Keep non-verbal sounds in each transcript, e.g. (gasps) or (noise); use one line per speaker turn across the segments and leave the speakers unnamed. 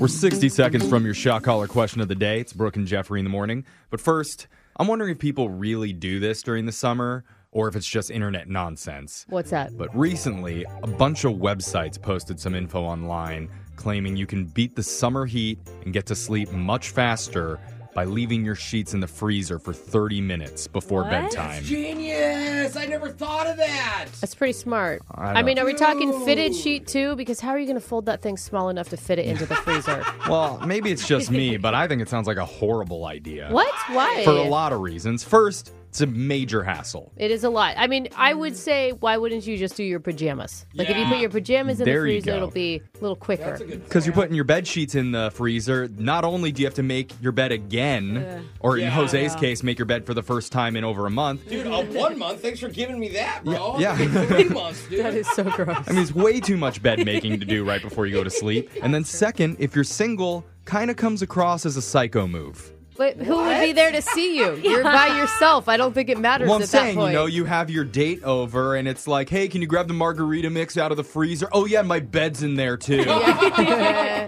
We're 60 seconds from your shot collar question of the day. It's Brooke and Jeffrey in the morning. But first, I'm wondering if people really do this during the summer or if it's just internet nonsense.
What's that?
But recently, a bunch of websites posted some info online claiming you can beat the summer heat and get to sleep much faster by leaving your sheets in the freezer for 30 minutes before
What?
bedtime.
Genius! I never thought of that.
That's pretty smart.
I
I, mean, are we talking fitted sheet too? Because how are you going to fold that thing small enough to fit it into the (laughs) freezer?
Well, maybe it's just me, but I think it sounds like a horrible idea.
what? Why?
For a lot of reasons. First, it's a major hassle.
It is a lot. I mean, I would say, why wouldn't you just do your pajamas? Like, if you put your pajamas in
There
the
you
freezer,
go.
it'll be a little quicker.
Because you're putting your bed sheets in the freezer, not only do you have to make your bed again, or in
Yeah.
Jose's case, make your bed for the first time in over a month.
Dude, uh, one month. Thanks for giving me that, bro.
Yeah, yeah.
It's Three
(laughs)
months, dude.
that is so gross.
I mean, it's way too much bed making to do right before you go
(laughs)
to sleep. And then, second, if you're single, kind of comes across as a psycho move.
(laughs) But who would be there to see (laughs) you? You're by yourself. I don't think it matters
Well, I'm
at
saying,
that point.
you
(laughs)
know, you have your date over, and it's like, hey, can you grab the margarita mix out of the freezer? Oh, yeah, my bed's in
(laughs)
there, too.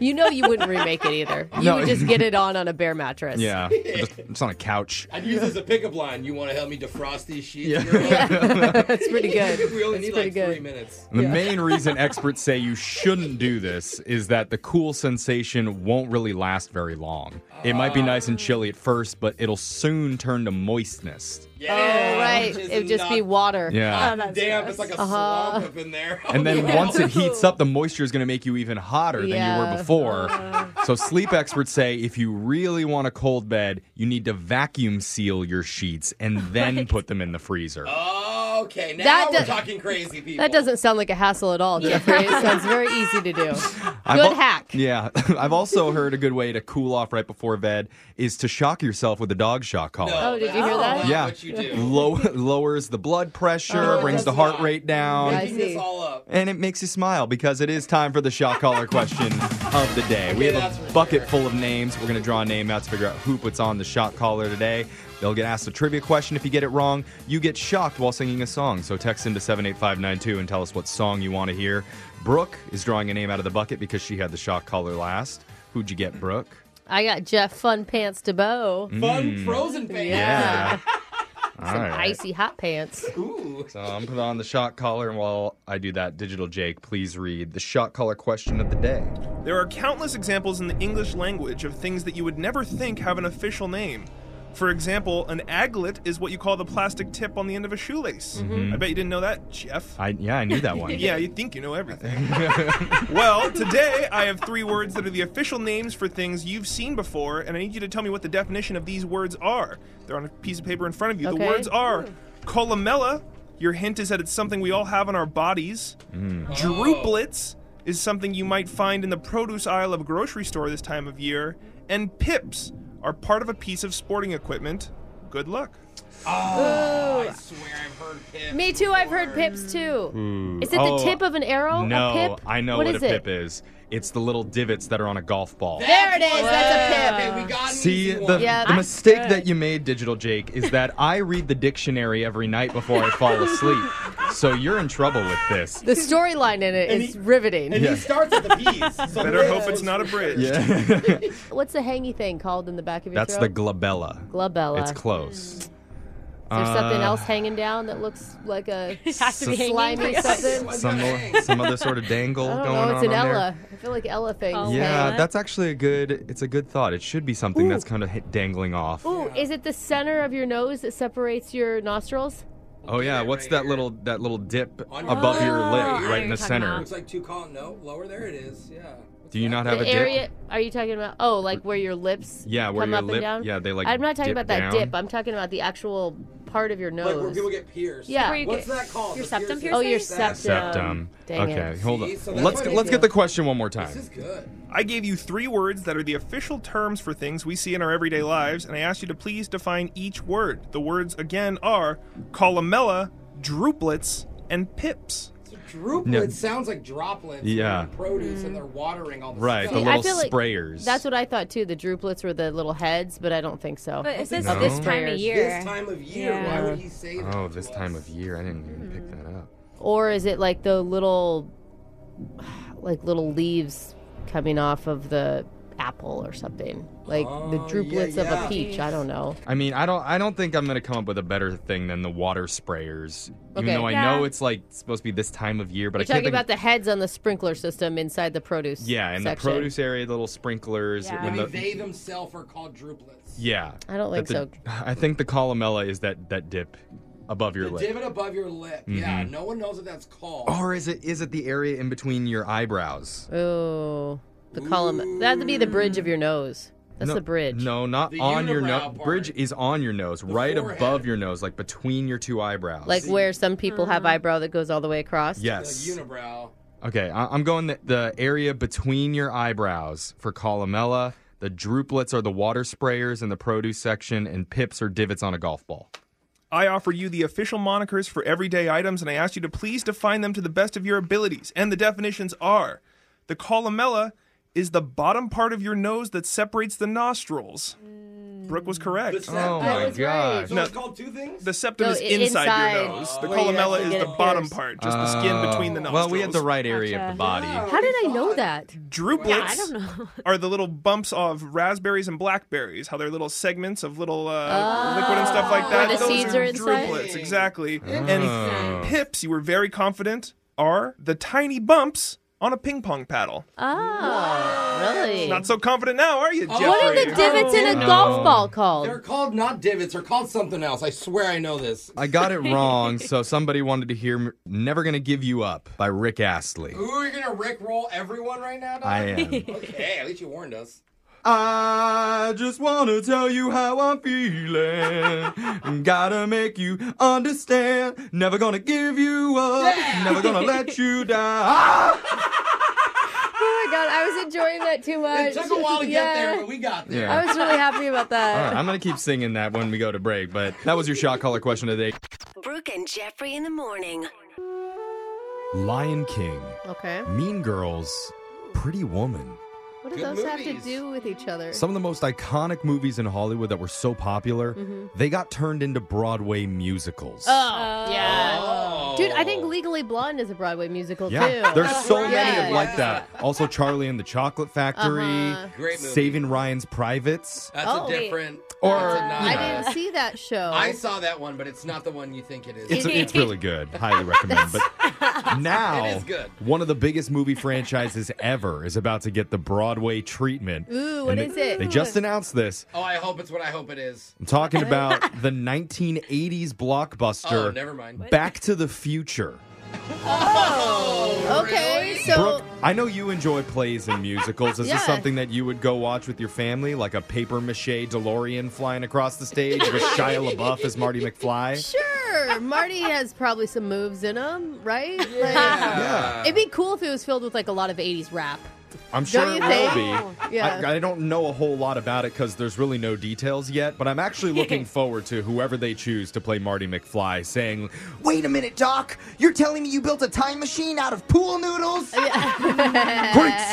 you know you wouldn't remake it either. You
No.
would just
(laughs)
get it on on a bare mattress.
Yeah, just- it's on a couch.
I'd use this as a pickup line. You want to help me defrost these sheets?
(laughs) Yeah.
bro?
That's pretty good. (laughs)
we only
That's
need
pretty
like
good. Oh,
three minutes.
The main
(laughs)
reason experts say you shouldn't do this is that the cool sensation won't really last very long. It might be nice
Ah.
and chilly at first, but it'll soon turn to moistness.
Yeah,
Oh, right.
which is
It would just
(laughs)
be Oh,
not
water. (laughs)
Yeah.
Damn, it's like a
Uh-huh.
swamp up in there. (laughs)
And then once it heats up, the moisture is going to make you even hotter than you were
Yeah. Uh.
before. So, sleep experts say if you really want a cold bed, you need to vacuum seal your sheets
(laughs)
and then put them in the freezer.
Okay, now
That
we're
does-
talking crazy people.
That doesn't sound like a hassle at all, Jeffrey. It sounds very easy to do.
I've
Good
al-
hack.
Yeah. (laughs) I've also heard a good way to cool off right before bed is to shock yourself with a dog shock collar.
Oh, did you hear
that's
that?
not
Yeah.
What you do.
Low, lowers the blood pressure,
Oh,
brings the
that's
heart
not-
rate down,
I
Making this
see.
all up.
and it makes you smile because it is time for the shot collar question of the day. We
Yeah,
have
that's
a
right
bucket
there.
full of names. We're going to draw a name out to figure out who puts on the shot collar today. They'll get asked a trivia question. If you get it wrong, you get shocked while singing a song. So text into 78592 and tell us what song you want to hear. Brooke is drawing a name out of the bucket because she had the shot collar last. Who'd you get, Brooke?
I got Jeff Fun Pants to bow.
Mm.
Fun frozen face.
Yeah.
All right.
Icy hot pants.
Ooh.
So I'm putting on the shot collar, and while I do that, Digital Jake, please read the shot collar question of the day.
There are countless examples in the English language of things that you would never think have an official name. For example, an aglet is what you call the plastic tip on the end of a shoelace. I bet you didn't know that, Jeff.
I yeah, I knew that one.
Yeah, you think you know everything. well, today I have three words that are the official names for things you've seen before, and I need you to tell me what the definition of these words are. They're on a piece of paper in front of you.
Okay.
The words are columella. Your hint is that it's something we all have on our bodies. Druplets is something you might find in the produce aisle of a grocery store this time of year, and pips are part of a piece of sporting equipment. Good luck.
I swear I've heard Pip.
Oh. Me too. I've heard pips too. Is it
Oh,
the tip of an arrow?
No,
a pip?
I know
what
what,
is
a
it?
pip is. It's the little divots that are on a golf ball.
There it is. That's a
Okay,
pip.
we got an
See,
easy
the,
one.
Yeah,
the
that's
mistake
good.
that you made, Digital Jake, is that I read the dictionary every night before I fall asleep. So you're in trouble with this.
The storyline in it
And
is
he-
riveting.
And
Yeah.
he starts at
(laughs)
the piece. So
Better hope it's not a bridge.
Yeah.
What's the hangy thing called in the back of
(laughs)
your
That's the
throat?
glabella.
glabella.
It's close.
Is there something
Uh,
else hanging down that looks like a
It has to be hanging.
slimy something?
Some, some other sort of dangle
I don't
going
know. It's
on.
an
on there.
Ella. I feel like Ella things.
Oh,
Yeah,
Okay.
that's actually a good. It's a good thought. It should be something that's kind of hit dangling off.
Ooh, is it the center of your nose that separates your nostrils?
Oh yeah,
Right
what's
here.
that little that little dip
On your
above
lip.
your
Oh, I know
lip,
what
right in
you're talking
the center?
about.
Looks like two column. No, lower. There it is. Yeah. What's
Do you
that?
not have
the
a dip?
area? Are you talking about? Oh, like where your lips?
Yeah, where
come
your
up
lip-
and down.
yeah, they, like,
I'm not talking
dip
about that
down.
dip. I'm talking about the actual part of your
Like where
nose.
people get pierced.
Yeah. Where you
What's
get-
that called?
your
The
septum
oh, your
That's
septum.
Septum.
Dang
um, okay,
it.
hold on.
See, so that's
let's
what
get,
they
let's
do.
get the question one more time.
This is good.
I gave you three words that are the official terms for things we see in our everyday lives, and I asked you to please define each word. The words again are columella, druplets, and pips.
So druplets
Yeah.
sounds like droplets.
Yeah.
in Produce and they're watering all the
Right,
stuff.
the
Mm. See,
little
I feel like
sprayers.
That's what I thought too. The druplets were the little heads, but I don't think so.
But it says
No.
this time of year.
This time of year,
Yeah.
why would he say that?
Oh,
to
this
us?
time of year, I didn't even pick that up.
or is it like the little, like little leaves coming off of the apple or something, like the
Oh, yeah,
droplets of
yeah.
a peach. I don't know.
I mean, I don't I don't think I'm gonna come up with a better thing than the water sprayers. Even
Okay.
though I
Yeah.
know it's like supposed to be this time of year, but I
We're
can't
talking
think
about the heads on the sprinkler system inside the produce.
Yeah, in
section.
the produce area, the little sprinklers.
Yeah.
when
Maybe
the-
they themselves are called droplets.
yeah.
I don't
That
think
the- (laughs) I think the columella is that that dip above your
The
lip. Mm-hmm.
divot above your lip. Yeah, no one knows what that's called.
Or is it is it the area in between your eyebrows?
so. Ooh, Oh, the column. That'd be the bridge of your nose. That's
No-
the bridge.
No, not
The
on your
unibrow
nose.
part.
Bridge is on your nose, right
forehead.
above your nose, like between your two eyebrows.
Like where some people have eyebrow that goes all the way across.
Like
yes.
unibrow.
Okay, I- I'm going the, the area between your eyebrows for columella. The droplets are the water sprayers in the produce section, and pips are divots on a golf ball.
I offer you the official monikers for everyday items, and I ask you to please define them to the best of your abilities. And the definitions are the columella is the bottom part of your nose that separates the nostrils. Brooke was
The
correct.
septum.
Oh my
was right.
gosh.
So
No.
it's called two things?
The septum
No,
is
i-
inside, your
inside,
nose. The
where you
columella
actually
is
get
the
it
bottom
pierced.
part, just the skin between the
Oh,
nostrils.
Well, we had the right area of
Gotcha.
the body.
Yeah.
How did I know that?
Droplets
Yeah, I don't
(laughs)
know.
are the little bumps of raspberries and blackberries. How they're little segments of little uh, liquid and stuff like
Oh. Where
that.
the
Those
seeds
are,
are inside?
droplets, exactly.
Oh.
And pips, you were very confident, are the tiny bumps on a ping pong paddle.
Oh, really?
Not so confident now, are you, Jeffrey?
Oh. what are the divots in a
No.
golf ball called?
They're called not divots. They're called something else. I swear I know this.
I got it wrong, so somebody wanted to hear M- "Never Gonna Give You Up" by Rick Astley.
Ooh, you're gonna rickroll everyone right now, dog?
I am.
(laughs) Okay, at least you warned us.
I just wanna tell you how I'm feeling. Gotta make you understand. Never gonna give you up. Never gonna let you down.
Oh my god, I was enjoying that too
(laughs)
much.
It took a while to get there, but we got there.
Yeah.
was really happy about that.
All right, I'm gonna keep singing that when we go to break. But that was your shot caller question today.
Brooke and Jeffrey in the morning.
Lion King,
Okay.
Mean Girls, Pretty Woman.
What do
Good
those have to
movies.
do with each other?
Some of the most iconic movies in Hollywood that were so popular, they got turned into Broadway musicals.
Mm-hmm. oh, yeah.
Oh.
Dude, I think Legally Blonde is a Broadway musical
Yeah,
too.
there's so
right.
many of
Yeah.
like that. Also, Charlie and the Chocolate Factory,
Uh-huh.
Great movie.
Saving Ryan's Privates.
That's
Oh,
a
wait.
different.
Or,
that's a
you
I
know.
didn't see that show.
I saw that one, but it's not the one you think it is.
(laughs)
It's, it's really good. Highly recommend. But now,
It is good.
one of the biggest movie franchises ever is about to get the Broadway treatment.
Ooh, what
And
is
they,
it?
They just announced this.
oh, I hope it's what I hope it is.
I'm talking
(laughs)
about the 1980s blockbuster
Oh, never mind.
Back to the Future.
okay, so
Brooke, I know you enjoy plays and musicals.
(laughs)
Is
Yeah.
this something that you would go watch with your family, like a paper mache DeLorean flying across the stage
(laughs)
with Shia LaBeouf as Marty McFly?
sure, Marty has probably some moves in him, right? Like,
Yeah.
it'd be cool if it was filled with like a lot of 80s rap.
I'm sure it
Don't you
will
think? Oh,
be.
Yeah.
I, I don't know a whole lot about it because there's really no details yet, but I'm
(laughs)
actually looking forward to whoever they choose to play Marty McFly saying, Wait a minute, Doc! You're telling me you built a time machine out of pool noodles? (laughs) Great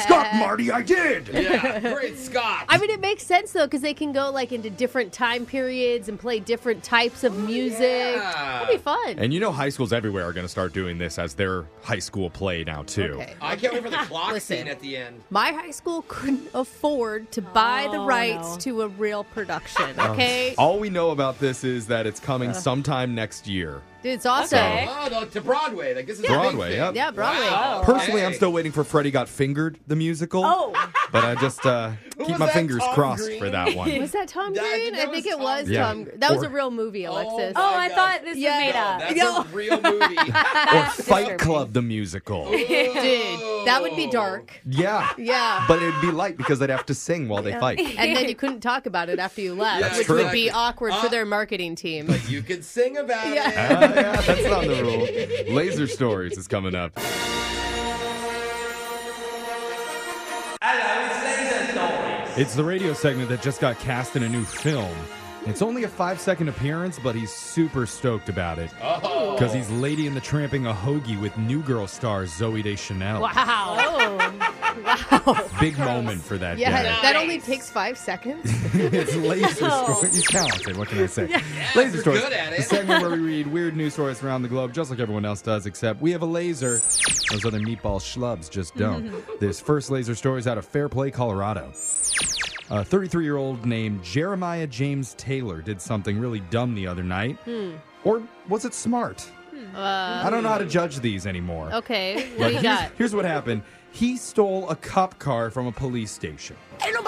Scott, Marty, I did!
(laughs)
Yeah, great Scott.
I mean, it makes sense though because they can go like into different time periods and play different types of music.
yeah.
That'd be fun.
And you know, high schools everywhere are going to start doing this as their high school play now, too.
Okay.
I can't
(laughs)
wait for the clock
Listen.
scene at the end.
My high school couldn't afford to buy the
Oh,
rights
no.
to a real production. Okay,
All we know about this is that it's coming sometime next year.
dude, it's awesome.
Okay.
Oh, no, to Broadway. Like this is A
Broadway,
big thing.
yep.
Yeah, Broadway.
Wow.
Personally,
Okay.
I'm still waiting for Freddie Got Fingered, the musical.
Oh,
But I
(laughs)
just uh, keep
was
my
that,
fingers
Tom
crossed
Green?
for that
(laughs)
one.
Was that Tom
That-
Green?
that
I think
was
it was
Tom
Tom.
Green.
Green. That was
Or-
a real movie, Alexis.
oh,
Oh my
I
God.
thought this
Yeah.
was made
No,
up.
that's
Yo.
a real movie.
(laughs)
or Fight
disturbing.
Club,
(laughs)
the musical.
dude, that would be dark.
Yeah.
Yeah.
But it'd be light because they'd have to sing while they
(laughs)
fight.
and then you couldn't talk about it after you left,
That's
which
true.
would be awkward for
Uh,
their marketing team.
But you could sing about
Yeah.
it.
(laughs) Ah, yeah, that's not the rule. Laser Stories is coming up. It's the radio segment that just got cast in a new film. It's only a five second appearance, but he's super stoked about it. Because he's Lady in the Tramping a Hoagie with New Girl star Zoe Deschanel.
Wow.
Big moment for that
Yeah,
guy.
that only takes five seconds. (laughs)
it's laser stories. He's talented. What can I say? laser
you're
stories.
good at
The
it. (laughs)
segment where we read weird news stories around the globe, just like everyone else does, except we have a laser.
(laughs)
Those other meatball schlubs just don't. this first laser story is out of Fair Play, Colorado. A 33 year old named Jeremiah James Taylor did something really dumb the other night.
Hmm.
Or was it smart? I don't know how to judge these anymore.
(laughs) Okay,
But
what do you
here's,
got?
here's what happened he stole a cop car from a police station.
I'm
Not-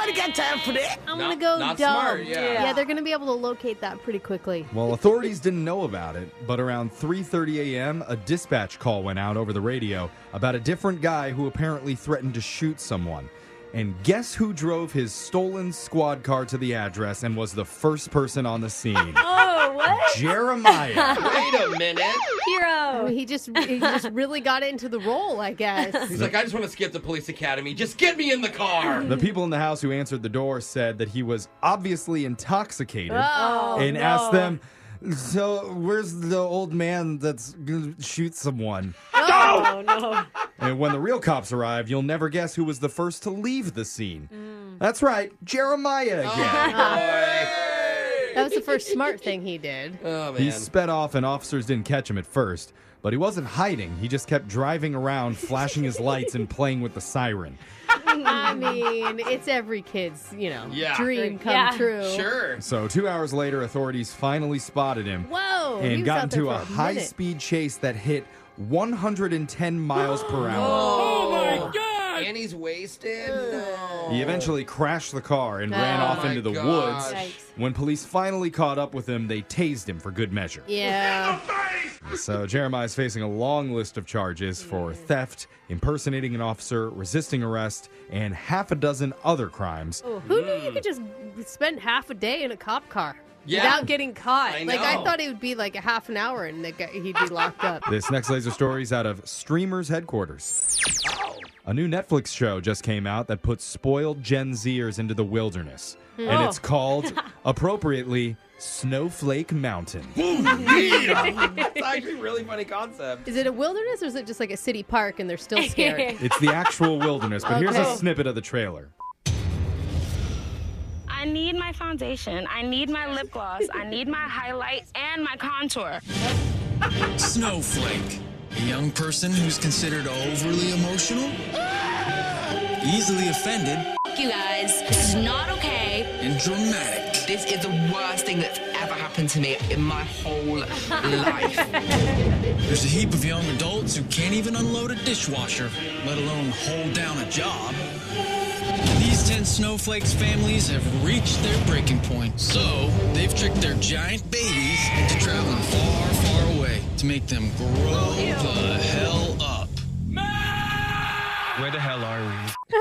gonna go
not
dumb.
smart, yeah.
yeah, they're gonna be able to locate that pretty quickly.
Well, authorities didn't know about it, but around 3:30 a.m., a dispatch call went out over the radio about a different guy who apparently threatened to shoot someone. And guess who drove his stolen squad car to the address and was the first person on the scene?
(laughs) Oh, what?
Jeremiah.
Wait a minute.
I mean,
Hero.
he just he just really got into the role, I guess.
He's like, I just want to skip the police academy. Just get me in the
(laughs)
car.
The people in the house who answered the door said that he was obviously intoxicated
Oh,
and
no.
asked them, "So, where's the old man that's going to shoot someone?"
Oh, no.
And when the real cops arrive, you'll never guess who was the first to leave the scene. That's right, Jeremiah again.
Boy.
That was the first smart thing he did.
Oh
he
man.
sped off, and officers didn't catch him at first. But he wasn't hiding. He just kept driving around, flashing his lights, and playing with the siren.
I mean, it's every kid's, you know,
Yeah.
dream come
Yeah.
true.
Sure.
So, two hours later, authorities finally spotted him
Whoa. Oh, he
and
was
got
out there
into
for
a high
minute.
speed chase that hit 110 miles
(gasps)
per hour.
Oh my god. And he's wasted. No.
He eventually crashed the car and ran
Oh
off
my
into the
gosh.
woods.
Yikes.
When police finally caught up with him, they tased him for good measure.
Yeah.
(laughs) So Jeremiah is facing a long list of charges for theft, impersonating an officer, resisting arrest, and half a dozen other crimes.
Who knew you could just spend half a day in a cop car
Hmm. Yeah.
without getting caught?
I
like I
know.
thought it would be like a half an hour and the guy, he'd be
(laughs)
locked up.
This next laser story is out of Streamers headquarters. A new Netflix show just came out that puts spoiled Gen Zers into the wilderness, and it's called, appropriately, Snowflake Mountain.
That's actually a really funny
(laughs)
concept.
Is it a wilderness or is it just like a city park and they're
(laughs)
still scared?
It's the actual wilderness, but here's a
Okay.
snippet of the trailer.
I need my foundation. I need my lip gloss. I need my highlight and my contour.
Snowflake, a young person who's considered overly emotional, easily offended,
you guys. This is not okay.
and dramatic.
This is the worst thing that's ever happened to me in my whole life.
(laughs) There's a heap of young adults who can't even unload a dishwasher, let alone hold down a job. These 10 snowflakes families have reached their breaking point, so they've tricked their giant babies into traveling far, far away to make them grow the hell up. Where the hell are we?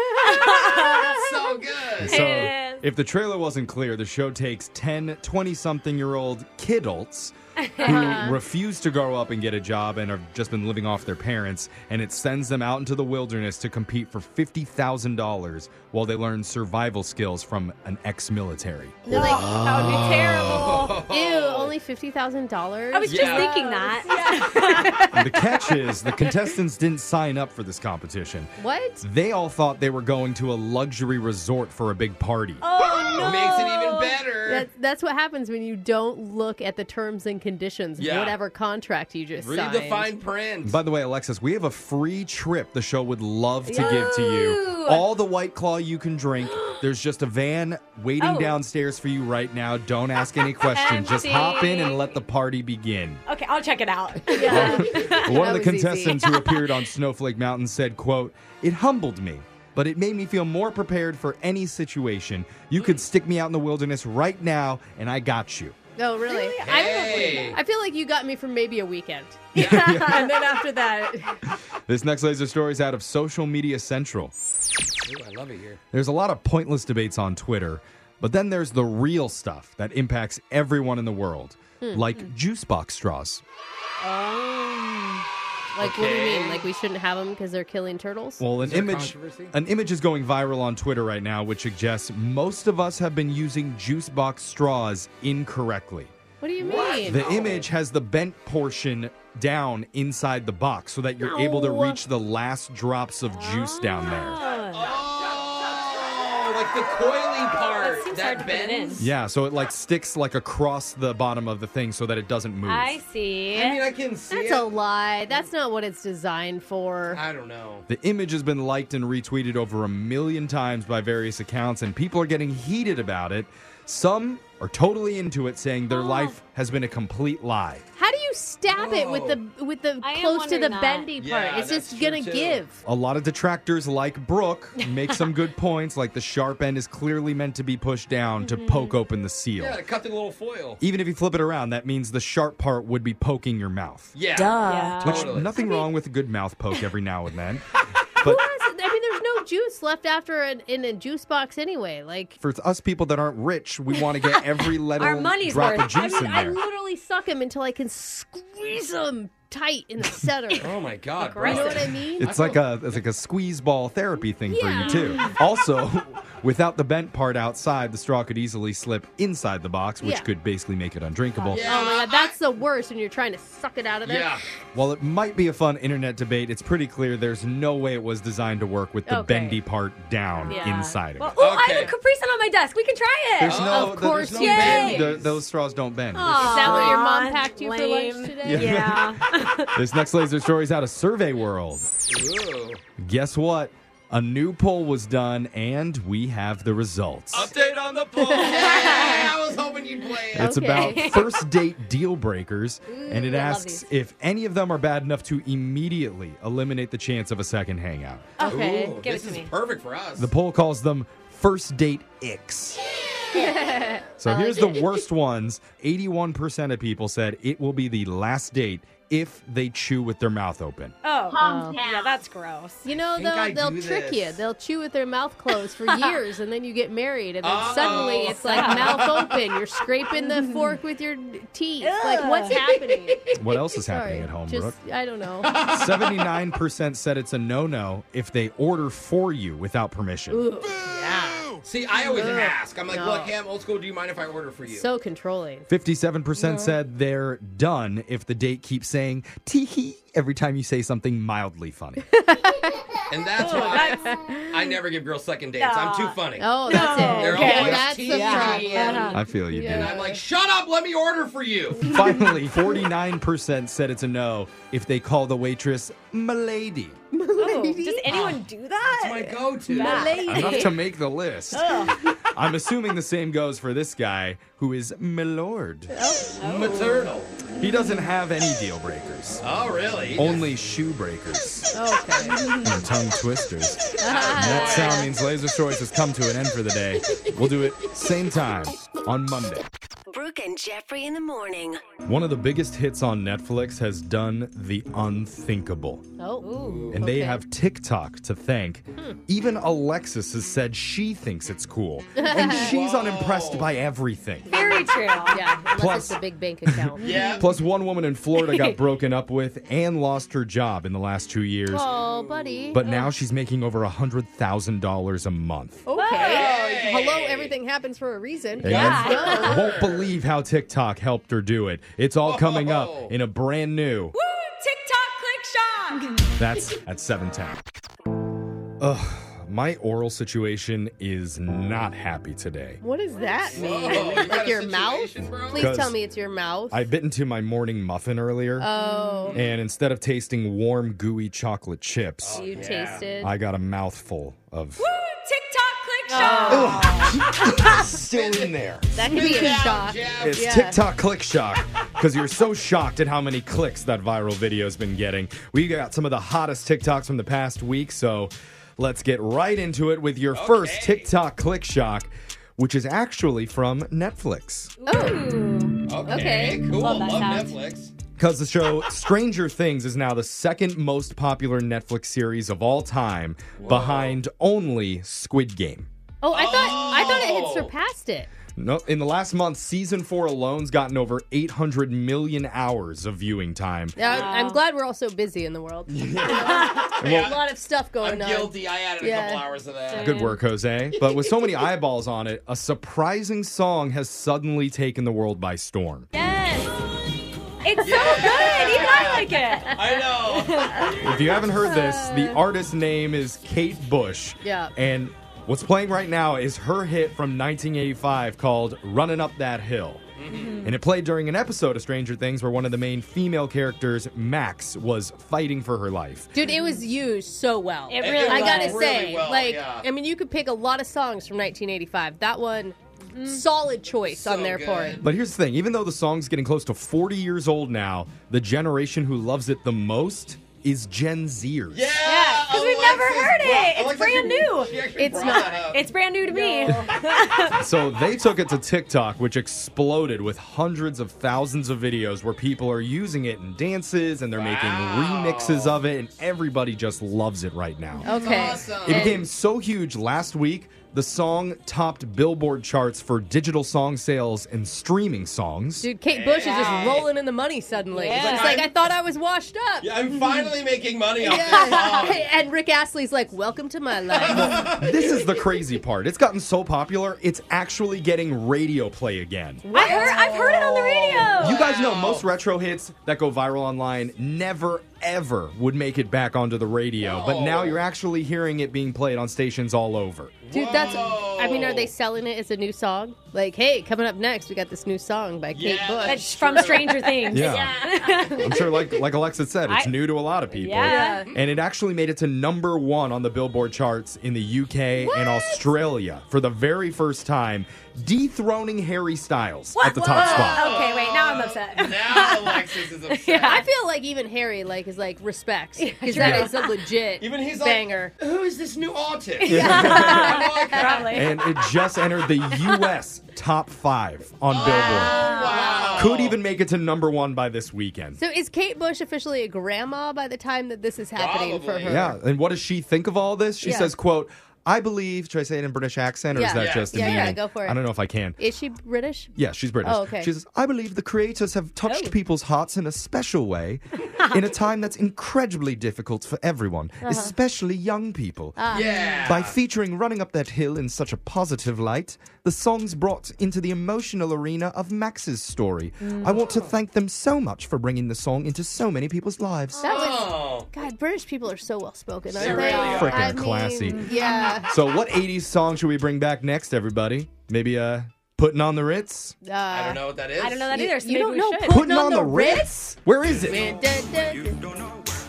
So good.
So,
Yes.
if the trailer wasn't clear, the show takes 10, 20 something year old kidults who refuse to grow up and get a job and have just been living off their parents, and it sends them out into the wilderness to compete for $50,000 while they learn survival skills from an ex military.
They're like,
That would be terrible.
ew, only fifty thousand dollars.
I was
Oh. Yeah.
just thinking that.
the catch is the contestants didn't sign up for this competition.
(laughs) what?
They all thought they were going to a luxury resort for a big party.
Oh, no.
Makes it even better.
That's, that's what happens when you don't look at the terms and conditions of
Yeah.
whatever contract you just
Read
signed.
the fine print.
By the way, Alexis, we have a free trip the show would love to give to you.
Ooh.
All the White Claw you can
(gasps)
drink. There's just a van waiting
Oh.
downstairs for you right now. Don't ask
(laughs)
any questions. just hop in and let the party begin.
Okay, I'll check it out.
(laughs)
One of the
was easy.
contestants
(laughs)
who appeared on Snowflake Mountain said, quote, It humbled me, but it made me feel more prepared for any situation. You could stick me out in the wilderness right now, and I got you.
Oh, really?
Hey.
I, I feel like you got me for maybe a weekend. (laughs)
and then after that,
This next laser story is out of Social Media Central.
Ooh, I love it here.
There's a lot of pointless debates on Twitter, but then there's the real stuff that impacts everyone in the world, like juice box straws.
Oh. Like, what do you
Okay.
mean? Like, we shouldn't have them because they're killing turtles?
Well, an
there
image
controversy?
an image is going viral on Twitter right now which suggests most of us have been using juice box straws incorrectly.
what do you mean?
The image has the bent portion down inside the box so that you're able to
No. Ah. Oh.
reach the last drops of juice down there.
Oh, like like the coily part
That seems hard to
that
put it
bends.
Yeah, so it like sticks like across the bottom of the thing so that it doesn't move.
I see.
I mean, I can see
That's
it.
a lie. That's not what it's designed for.
I don't know.
The image has been liked and retweeted over a million times by various accounts, and people are getting heated about it. Some are totally into it, saying their life has been a complete lie.
How do you stab it with the with the
I am
close to
wondering
the
that.
bendy part?
Oh. Yeah,
it's
that's
just
true,
gonna
too.
give.
A lot of detractors, like Brooke, make some good points, like the sharp end is clearly meant to be pushed down to poke open the seal.
Yeah, to cut the little foil.
Even if you flip it around, that means the sharp part would be poking your mouth.
Yeah.
Yeah.
Which,
Totally.
nothing wrong with a good mouth poke every now and then. But
Plus, I mean, there's no juice left after an, in a juice box anyway. Like
for us people that aren't rich, we want to get every little
Our money's
drop
worth.
of juice
I mean,
in
I
there.
literally suck them until I can squeeze them tight in the center. you know
(laughs) Oh my god.
Aggressive.
bro.
what I mean?
It's like a it's like a squeeze ball therapy thing
Yeah. (laughs)
for you too. Also, without the bent part outside, the straw could easily slip inside the box, which
Yeah.
could basically make it undrinkable.
Yeah.
Oh my god, that's the worst when you're trying to suck it out of there.
Yeah.
While it might be a fun internet debate, it's pretty clear there's no way it was designed to work with the
Okay.
bendy part down
Yeah.
inside of
Well,
it.
oh, I
Okay.
have a Capri Sun on my desk. We can try it.
There's no,
Of
th- there's
course,
no
yay.
bend. Th- those straws don't bend.
Is that what your mom
Aw,
packed you for
lame.
lunch today?
Yeah.
This next laser story is out of Survey World.
Ooh.
Guess what? A new poll was done, and we have the results.
Update on the
(laughs)
poll. Hey, I was hoping you'd play it.
It's
Okay.
about first date deal breakers, and it
I love
asks
these.
if any of them are bad enough to immediately eliminate the chance of a second hangout.
Okay.
Ooh,
Give it
this
to
is
me.
perfect for us.
The poll calls them first date icks. so here's the worst ones 81% of people said it will be the last date if they chew with their mouth open.
Oh, yeah, that's
(laughs)
gross.
You know,
think I
they'll,
do
they'll trick
this.
you. They'll chew with their mouth
(laughs)
closed for years, and then you get married, and then
Oh.
suddenly it's like mouth open. You're scraping the fork with your teeth. Like, what's happening?
What else is
Sorry.
happening at home,
Just,
Brooke?
I
(laughs)
don't know.
79% said it's a no no if they order for you without permission.
See, I always ask. I'm like,
No.
look, Ham, old school, do you mind if I order for you?
so controlling.
57% said they're done if the date keeps saying tee hee every time you say something mildly funny.
and that's why I never give girls second dates. I'm too funny.
Oh, that's it.
They're
Yeah,
always
that's the
teasing.
problem. Uh-huh.
I feel you,
Yeah.
And I'm like, shut up, let me order for you.
dude. Finally, 49% said it's a no if they call the waitress m'lady.
Oh, does anyone do that?
My go to.
Enough to make the list. I'm assuming the same goes for this guy who is milord.
Maternal.
He doesn't have any deal breakers.
Oh, really?
Only shoe breakers
Okay.
and tongue twisters.
(laughs)
And that sound means Laser Stories has come to an end for the day. We'll do it same time on Monday.
Brooke and Jeffrey in the morning.
One of the biggest hits on Netflix has done the unthinkable.
Oh.
And they
Okay. Hmm.
have TikTok to thank. Even Alexis has said she thinks it's cool.
(laughs)
And she's unimpressed by everything.
Very true.
Yeah, unless
Plus-
Plus, it's a big bank account.
Yeah.
Plus, one woman in Florida
(laughs)
got broken up with and lost her job in the last two years.
Oh, buddy.
But now she's making over $100,000 a month.
okay.
Hey.
Hello, everything happens for a reason.
And (laughs) won't believe how TikTok helped her do it. It's all coming up in a brand new
Woo! TikTok click shock.
(laughs) That's at 710. Ugh, my oral situation is not happy today.
What does that
Whoa,
mean?
you got
like
a
your mouth?
situation, bro?
Please tell me it's your mouth.
I bit into my morning muffin earlier,
oh,
and instead of tasting warm, gooey chocolate chips,
you tasted.
I got a mouthful of
TikTok click shock.
still in there.
that could be a shock.
Jeff.
It's
Yeah.
TikTok click shock because you're so shocked at how many clicks that viral video's been getting. We got some of the hottest TikToks from the past week, so let's get right into it with your first TikTok click shock, which is actually from Netflix.
Oh.
Okay,
Okay.
cool. Love,
Love that sound.
Netflix.
Because the show Stranger Things is now the second most popular Netflix series of all time, behind only Squid Game.
Oh, I thought I thought it
Oh.
had surpassed it.
No, in the last month, season four alone's gotten over 800 million hours of viewing time.
Yeah, I- I'm glad we're all so busy in the
(laughs)
world. a lot of stuff
I'm
going on.
guilty. I added a
Yeah.
couple hours of that.
Good work, Jose. But with so many eyeballs on it, a surprising song has suddenly taken the world by storm.
It's so good. Even I like it.
I know.
(laughs)
If you haven't heard this, the artist name is Kate Bush.
Yeah.
And What's playing right now is her hit from 1985 called Running Up That Hill. And it played during an episode of Stranger Things where one of the main female characters, Max, was fighting for her life.
Dude, it was used so well.
It really
I gotta
was.
say,
Really well,
like,
yeah.
I mean, you could pick a lot of songs from 1985. That one,
Mm-hmm.
solid choice on their part.
But here's the thing even though the song's getting close to 40 years old now, the generation who loves it the most is Gen Zers. Yeah!
Yeah, because we've never
Alexis
heard
brought-
it. It's
Alexis,
brand
you-
new.
she actually
It's
brought
not.
it up.
It's brand new to me.
So they took it to TikTok, which exploded with hundreds of thousands of videos where people are using it in dances and they're making remixes of it, and everybody just loves it right now.
Okay.
It became so huge last week. The song topped Billboard charts for digital song sales and streaming songs.
Dude, Kate Bush is just rolling in the money suddenly.
Yeah.
It's like, I thought I was washed up.
(laughs)
Yeah, I'm finally making money off
Yeah.
this song.
and Rick Astley's like, welcome to my life.
This is the crazy part. It's gotten so popular, it's actually getting radio play again.
I heard. I've heard it on the radio.
You guys know most retro hits that go viral online never ever would make it back onto the radio, but now you're actually hearing it being played on stations all over.
Dude, that's. I mean, are they selling it as a new song? Like, hey, coming up next, we got this new song by Kate
Yeah,
Bush.
that's
It's from Stranger
(laughs)
Things.
I'm sure like like Alexa said, it's new to a lot of people.
Yeah.
And it actually made it to number 1 on the Billboard charts in the UK and Australia for the very first time, dethroning Harry Styles at the top spot.
Okay, wait. Now I'm upset.
Oh,
(laughs)
Now Alexis is upset.
I feel like even Harry like is like respects because
Yeah.
that is a legit
Even he's like-
banger.
Who is this new artist? (laughs) I'm
(laughs)
like,
Probably.
And it just entered the US top 5 on Billboard.
wow.
Could even make it to number 1 by this weekend.
so is Kate Bush officially a grandma by the time that this is happening
Probably.
for her?
Yeah, and what does she think of all this? She
Yeah.
says, "quote I believe." Should I say it in British accent, or is
Yeah.
that
Yeah.
just a
Yeah, yeah,
meaning?
go for it.
I don't know if I can.
Is she British?
yeah, she's British.
Oh, okay.
She says, "I believe the creators have touched
Oh.
people's hearts in a special way, in a time that's incredibly difficult for everyone,
Uh-huh.
especially young people."
Ah.
Yeah.
By featuring Running Up That Hill in such a positive light, the songs brought into the emotional arena of Max's story. I want
Mm.
to thank them so much for bringing the song into so many people's lives.
That was
Oh.
God. British people are so well spoken, aren't
They really
they?
are.
Frickin'
Oh. I mean,
classy.
(laughs)
Yeah.
So, what 80s song should we bring back next, everybody? Maybe uh, Putting on the Ritz?
Uh,
I don't know what that is.
I don't know that
You-
either. So
you
maybe
don't
we
know
should.
Put-
Putting on, the Ritz? Where is it?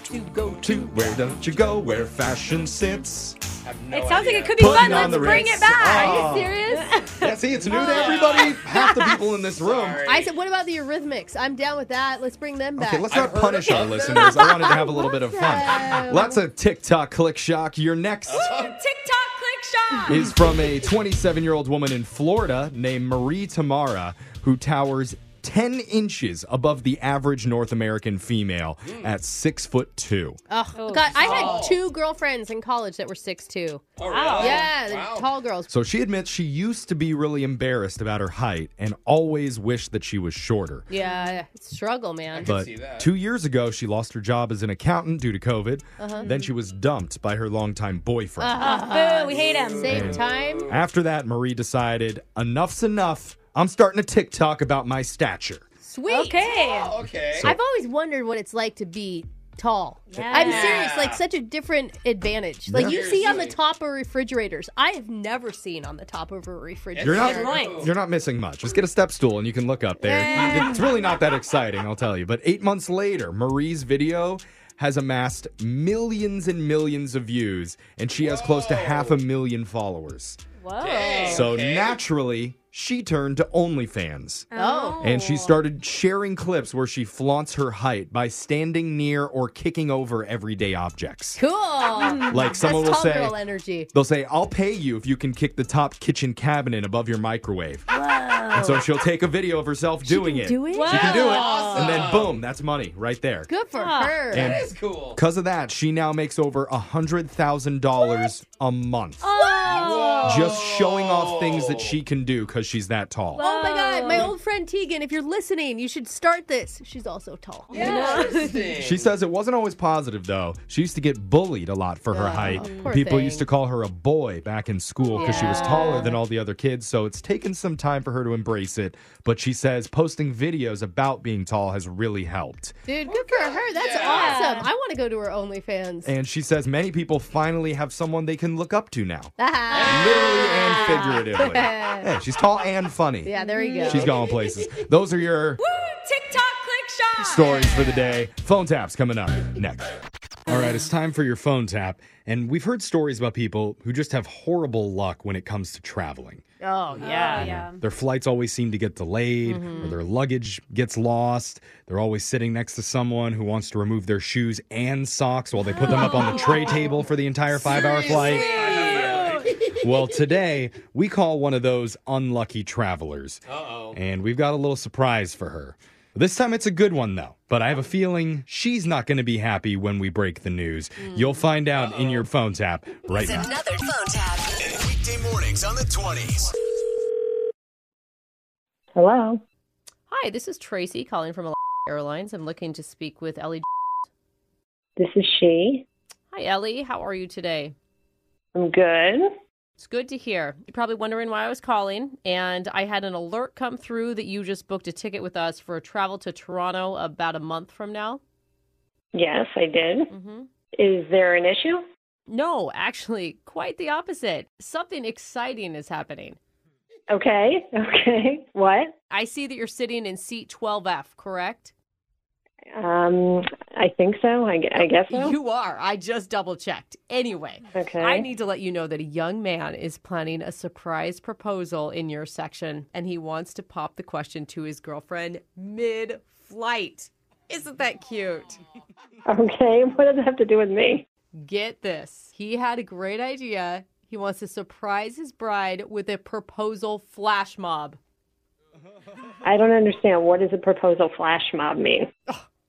to go
To where don't you go where fashion sits?
I have no
it sounds like
idea.
it could be
Putting
fun.
on
Let's
the
bring
Ritz.
it back.
Oh.
Are you serious?
Yeah, see, it's new to everybody. Half the people in this room.
Sorry.
I said, what about the Eurythmics? I'm down with that. Let's bring them back.
Okay, let's
I've
not
heard
punish
about
our
that.
listeners. I wanted to have a little bit of
Awesome.
fun. (laughs) Lots of TikTok click shock. Your next
(laughs)
(laughs)
TikTok click shop.
is from a 27 year old woman in Florida named Marie Tamara, who towers 10 inches above the average North American female at six foot two.
Oh, God, I had two girlfriends in college that were six two.
Oh, really?
Yeah, they're
Wow.
tall girls.
So she admits she used to be really embarrassed about her height and always wished that she was shorter.
Yeah, it's a struggle, man.
But
see that.
two years ago, she lost her job as an accountant due to COVID.
Uh-huh.
Then she was dumped by her longtime boyfriend.
Boo, we hate him.
Same time.
After that, Marie decided enough's enough. I'm starting a TikTok about my stature.
Sweet.
Okay.
Oh, Okay.
I've always wondered what it's like to be tall. I'm serious, like such a different advantage. Like you see on the
Seriously.
top of refrigerators. I have never seen on the top of a refrigerator.
You're not
Good point.
you're not missing much. Just get a step stool and you can look up there. It's really not that exciting, I'll tell you. But 8 months later, Marie's video has amassed millions and millions of views and she has close to half a million followers.
Whoa.
So
Okay.
naturally, she turned to OnlyFans.
Oh.
And she started sharing clips where she flaunts her height by standing near or kicking over everyday objects.
Cool.
Like someone will
That's tall
say,
girl energy.
They'll say, I'll pay you if you can kick the top kitchen cabinet above your microwave. And so she'll take a video of herself doing it.
Do it.
She can do it.
Awesome.
And then boom, that's money right there.
Good for her.
And
That is cool.
because of that, she now makes over a $100,000 a month.
Oh.
just showing off things that she can do because she's that tall.
Oh my god, my old friend Tegan, if you're listening, you should start this. She's also tall.
She says it wasn't always positive, though. She used to get bullied a lot for her height.
poor
People
thing.
used to call her a boy back in school because she was
Yeah.
taller than all the other kids. So it's taken some time for her to embrace it. But she says posting videos about being tall has really helped.
Dude, good for her. That's awesome. I want to go to her OnlyFans.
(laughs)
And she says many people finally have someone they can look up to now,
Ah.
literally and
(laughs)
figuratively. yeah, she's tall and funny.
Yeah, there you go.
She's going places. Those are your
TikTok click shot.
stories for the day. Phone taps coming up next. All right, it's time for your phone tap. And we've heard stories about people who just have horrible luck when it comes to traveling.
Oh, yeah. yeah.
Their flights always seem to get delayed, or their luggage gets lost. They're always sitting next to someone who wants to remove their shoes and socks while they put them up on the tray table for the entire five hour flight. (laughs) Well, today we call one of those unlucky travelers. Uh-oh. And we've got a little surprise for her. This time it's a good one, though. But I have a feeling she's not going to be happy when we break the news. You'll find out in your phone tap right
It's
now.
another phone tap.
Weekday mornings on the 20s.
Hello.
Hi, this is Tracy calling from Alaska Airlines. I'm looking to speak with Ellie.
This is she.
Hi, Ellie. How are you today?
I'm good.
It's good to hear. You're probably wondering why I was calling, and I had an alert come through that you just booked a ticket with us for a travel to Toronto
(laughs)
about a month from now.
Yes, I did.
Mm-hmm.
Is there an issue?
No, actually, quite the opposite. Something exciting is happening.
Okay. (laughs) Okay. What?
I see that you're sitting in seat 12F, correct?
Um, I think so. I, gu- I guess so. (laughs)
You are. I just double checked. Anyway,
Okay.
I need to let you know that a young man is planning a surprise proposal in your section, and he wants to pop the question to his girlfriend mid flight. Isn't that cute?
Okay. What does it have to do with me?
Get this. He had a great idea. He wants to surprise his bride with a proposal flash mob.
I don't understand. What does a proposal flash mob mean?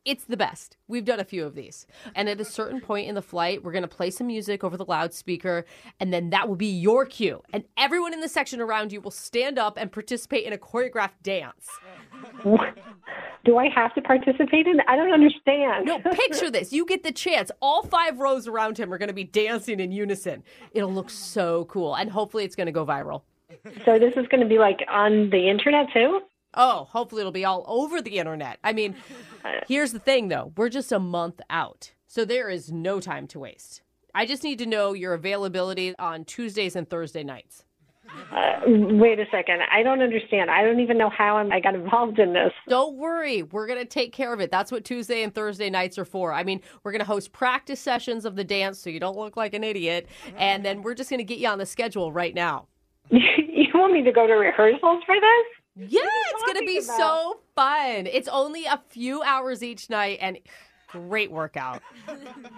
It's the best. We've done a few of these. And at a certain point in the flight, we're going to play some music over the loudspeaker, and then that will be your cue. And everyone in the section around you will stand up and participate in a choreographed dance.
Do I have to participate in? it? I don't understand.
No, picture this. You get the chance. All five rows around him are going to be dancing in unison. It'll look so cool. And hopefully, it's going to go viral.
So this is going to be like on the internet too.
Oh, hopefully it'll be all over the internet. I mean, here's the thing though we're just a month out, so there is no time to waste. I just need to know your availability on Tuesdays and Thursday nights.
Uh, wait a second. I don't understand. I don't even know how I'm, I got involved in this.
Don't worry, we're going to take care of it. That's what Tuesday and Thursday nights are for. I mean, we're going to host practice sessions of the dance so you don't look like an idiot, and then we're just going to get you on the schedule right now.
(laughs) you want me to go to rehearsals for this?
Yeah, it's going to be so fun. It's only a few hours each night and great workout.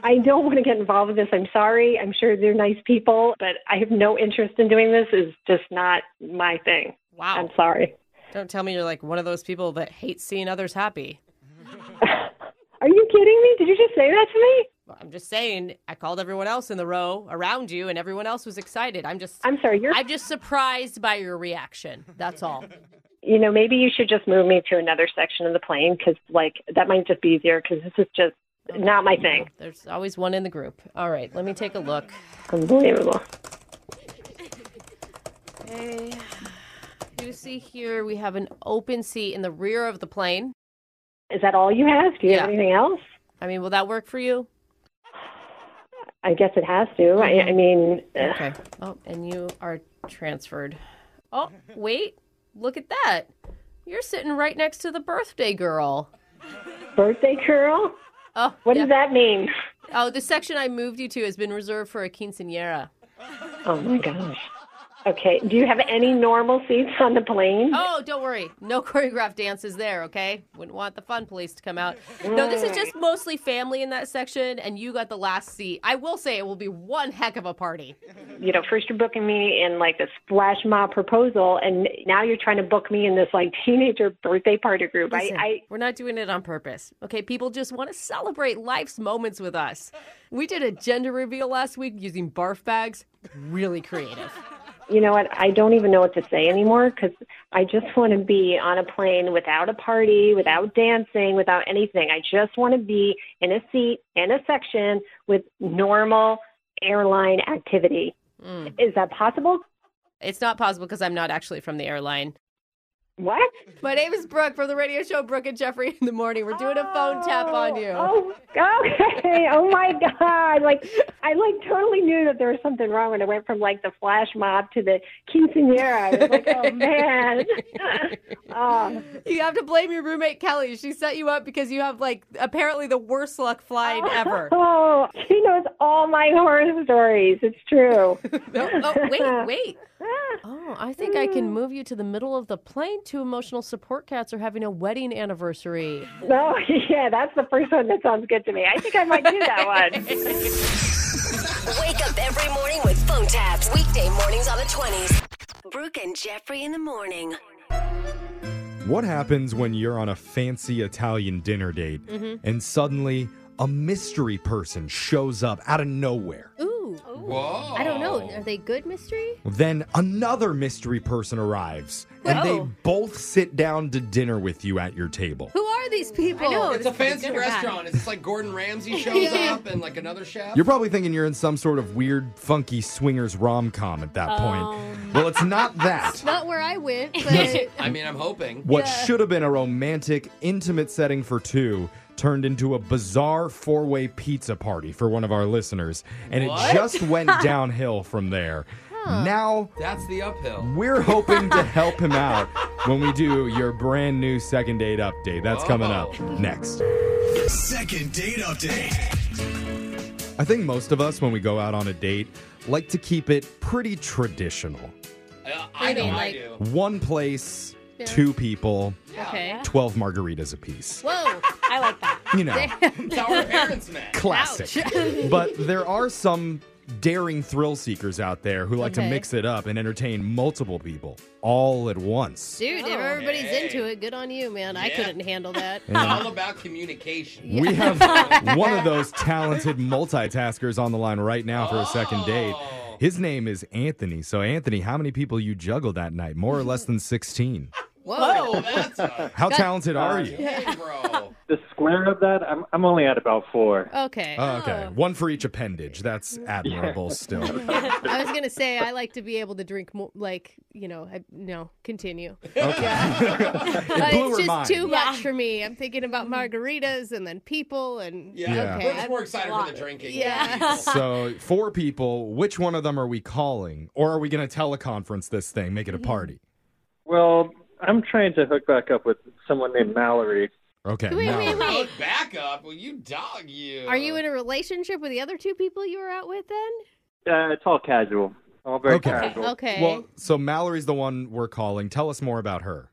I don't want to get involved with this. I'm sorry. I'm sure they're nice people, but I have no interest in doing this. It's just not my thing.
Wow.
I'm sorry.
Don't tell me you're like one of those people that hates seeing others happy.
Are you kidding me? Did you just say that to me?
Well, I'm just saying, I called everyone else in the row around you, and everyone else was excited. I'm just,
I'm sorry. You're,
I'm just surprised by your reaction. That's all.
you know, maybe you should just move me to another section of the plane because, like, that might just be easier because this is just not my thing.
There's always one in the group. All right, let me take a look.
Unbelievable.
Okay. You see here, we have an open seat in the rear of the plane.
Is that all you have? Do you have
Yeah.
anything else?
I mean, will that work for you?
I guess it has to. I, I mean, uh, ugh.
Okay. Oh, and you are transferred. Oh, wait. Look at that. You're sitting right next to the birthday girl.
birthday girl?
Oh,
What does that mean?
Oh, the section I moved you to has been reserved for a quinceanera.
Oh my gosh. Okay. Do you have any normal seats on the plane?
Oh, don't worry. No (laughs) choreographed dances there, okay? Wouldn't want the fun police to come out. No, this is just mostly family in that section, and you got the last seat. I will say it will be one heck of a party.
you know, first you're booking me in like this flash mob proposal, and now you're trying to book me in this like teenager birthday party group.
Listen,
I,
we're not doing it on purpose, okay? People just want to celebrate life's moments with us. We did a gender reveal last week using barf bags. Really creative.
I, you know what? I don't even know what to say anymore because I just want to be on a plane without a party, without dancing, without anything. I just want to be in a seat, in a section with normal airline activity.
Mm.
Is that possible?
It's not possible because I'm not actually from the airline.
What?
My name is Brooke from the radio show Brooke and Jeffrey in the Morning. We're doing a phone tap on you.
Oh, okay. (laughs) oh my God. Like, I like totally knew that there was something wrong when I went from like the flash mob to the quinceanera. I was like, oh man. (laughs) oh,
You have to blame your roommate Kelly. She set you up because you have like apparently the worst luck flying
(laughs)
ever.
Oh, she knows all my horror stories. It's true.
No, oh, wait, wait. Oh, I think I can move you to the middle of the plane. Two emotional support cats are having a wedding anniversary.
No, (laughs) yeah, that's the first one that sounds good to me. I think I might do that one.
Wake up every morning with phone taps. Weekday mornings on the 20s. Brooke and Jeffrey in the morning.
What happens when you're on a fancy Italian dinner date
Mhm.
Mm-hmm.
and suddenly a mystery person shows up out of nowhere?
Ooh.
Whoa.
I don't know. Are they good mystery?
Then another mystery person arrives and they
Whoa.
both sit down to dinner with you at your table.
Who are these people?
it's a fancy restaurant. It's like Gordon
(laughs)
Ramsay shows
Yeah.
up and like another chef.
You're probably thinking you're in some sort of weird, funky swingers rom com at that
Um.
point. Well, it's
(laughs)
not that.
It's not where
(laughs)
I went, but
I mean, I'm hoping.
What should have been a romantic, intimate setting for two turned into a bizarre four way pizza party for one of our listeners. And
What?
it
(laughs)
just went downhill from there. Now,
that's the uphill.
We're hoping to help him out when we do your brand new second date update. That's coming up next.
Second date update.
I think most of us, when we go out on a date, like to keep it pretty traditional.
Uh, I know I do.
One place,
Yeah.
two people,
Okay.
12 margaritas apiece.
Whoa,
I like that.
You know.
That's how our parents met.
Classic.
(laughs)
but there are some daring thrill seekers out there who like
Okay.
to mix it up and entertain multiple people all at once.
dude, if everybody's into it, good on you, man. I
Yeah.
couldn't handle that.
It's (laughs) (laughs) Yeah. all
about communication.
We
(laughs)
have one of those talented multitaskers on the line right now for a second
Oh.
date. His name is Anthony. So, Anthony, how many people you juggle that night? More or less than 16.
Whoa,
that's
How talented are you?
(laughs)
(laughs)
The square of that, I'm, I'm only at about four.
Okay.
Oh, okay. One for each appendage. That's
(laughs)
admirable still.
I was gonna say I like to be able to drink more. Like you know, I no continue.
Okay.
Yeah.
It blew
it's
her
just
mind.
too much for me. I'm thinking about margaritas and then people and
Yeah. Yeah.
Okay,
Brooke's
I'm-
more excited for the drinking.
Yeah. (laughs)
So, four people, which one of them are we calling? Or are we going to teleconference this thing, make it
Mm-hmm.
a party?
Well, I'm trying to hook back up with someone named Mallory.
Okay.
Wait, Mallory. wait, wait.
Look back up. Well, you dog, you.
Are you in a relationship with the other two people you were out with then?
Uh, it's all casual. All very casual.
Okay.
(laughs) Well, so Mallory's the one we're calling. Tell us more about her.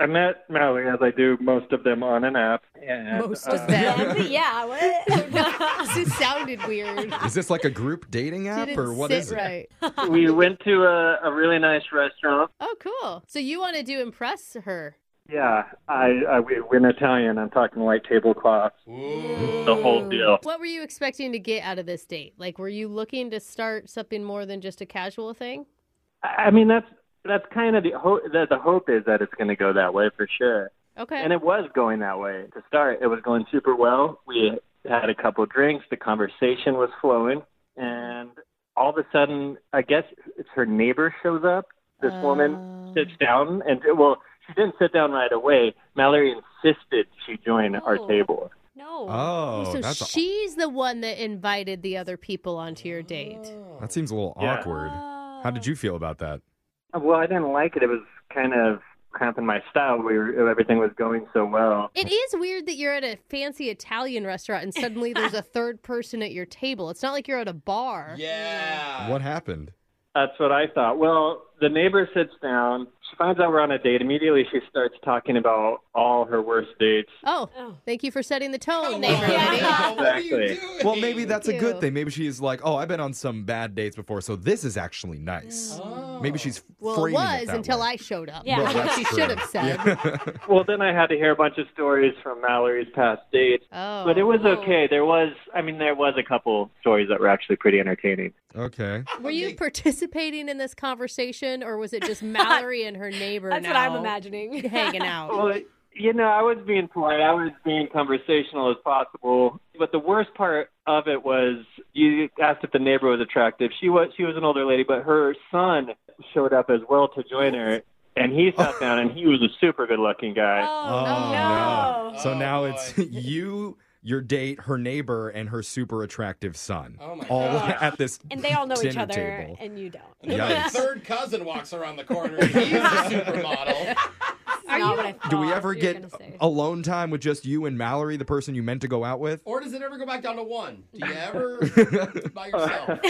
I met Mallory, as I do most of them, on an app. And,
Most
uh,
of them.
yeah.
(laughs) this sounded weird.
Is this like a group dating app
Didn't
or what
sit
is it?
right.
(laughs) we went to a, a really nice restaurant.
Oh, cool. So you want to do impress her?
Yeah, I, I we, we're an Italian. I'm talking white tablecloths, the whole deal.
What were you expecting to get out of this date? Like, were you looking to start something more than just a casual thing?
I I mean, that's that's kind of the hope. The, the hope is that it's going to go that way for sure.
Okay.
And it was going that way to start. It was going super well. We had a couple drinks. The conversation was flowing, and all of a sudden, I guess it's her neighbor shows up. This woman sits down, and well, she didn't sit down right away. Mallory insisted she join our table.
No.
Oh,
so
that's a-
she's the one that invited the other people onto your date.
That seems a little
Yeah.
awkward. How did you feel about that?
Well, I didn't like it. It was kind of cramping my style. We were, everything was going so well.
It is weird that you're at a fancy Italian restaurant and suddenly there's a third person at your table. It's not like you're at a bar.
Yeah.
(laughs)
What happened?
That's what I thought. Well, the neighbor sits down. She finds out we're on a date. Immediately, she starts talking about all her worst dates.
Oh, thank you for setting the tone, neighbor.
Exactly.
Well, maybe that's a
Thank
good
you.
thing. Maybe she is like, oh, I've been on some bad dates before, so this is actually nice. Maybe she's
Well, it
framing
was
that
until
way.
I showed up.
Yeah. Well,
That's (laughs) what
that's
she
true.
should have said.
well, then I had to hear a bunch of stories from Mallory's past dates.
Oh.
But it was okay. There was, I mean, there was a couple stories that were actually pretty entertaining.
(laughs) Okay.
Were you participating in this conversation, or was it just Mallory and her neighbor?
That's what I'm
now
imagining.
Hanging out.
Well, you know, I was being polite. I was being conversational as possible. But the worst part of it was you asked if the neighbor was attractive. She was. She was an older lady, but her son showed up as well to join her, and he sat down, and he was a super good-looking guy.
Oh, no. So
Oh,
now it's (laughs) you, your date, her neighbor, and her super attractive son. Oh
my
all
gosh.
at this
And they all know each
dinner
other,
Table.
and you don't.
And then my
(laughs)
(laughs)
Yikes.
third cousin walks around the corner. And he's a supermodel.
(laughs)
Are you? What I
Do we ever get alone time with just you and Mallory, the person you meant to go out with?
(laughs)
Or does it ever go back down to one? Do you
(laughs)
ever by yourself?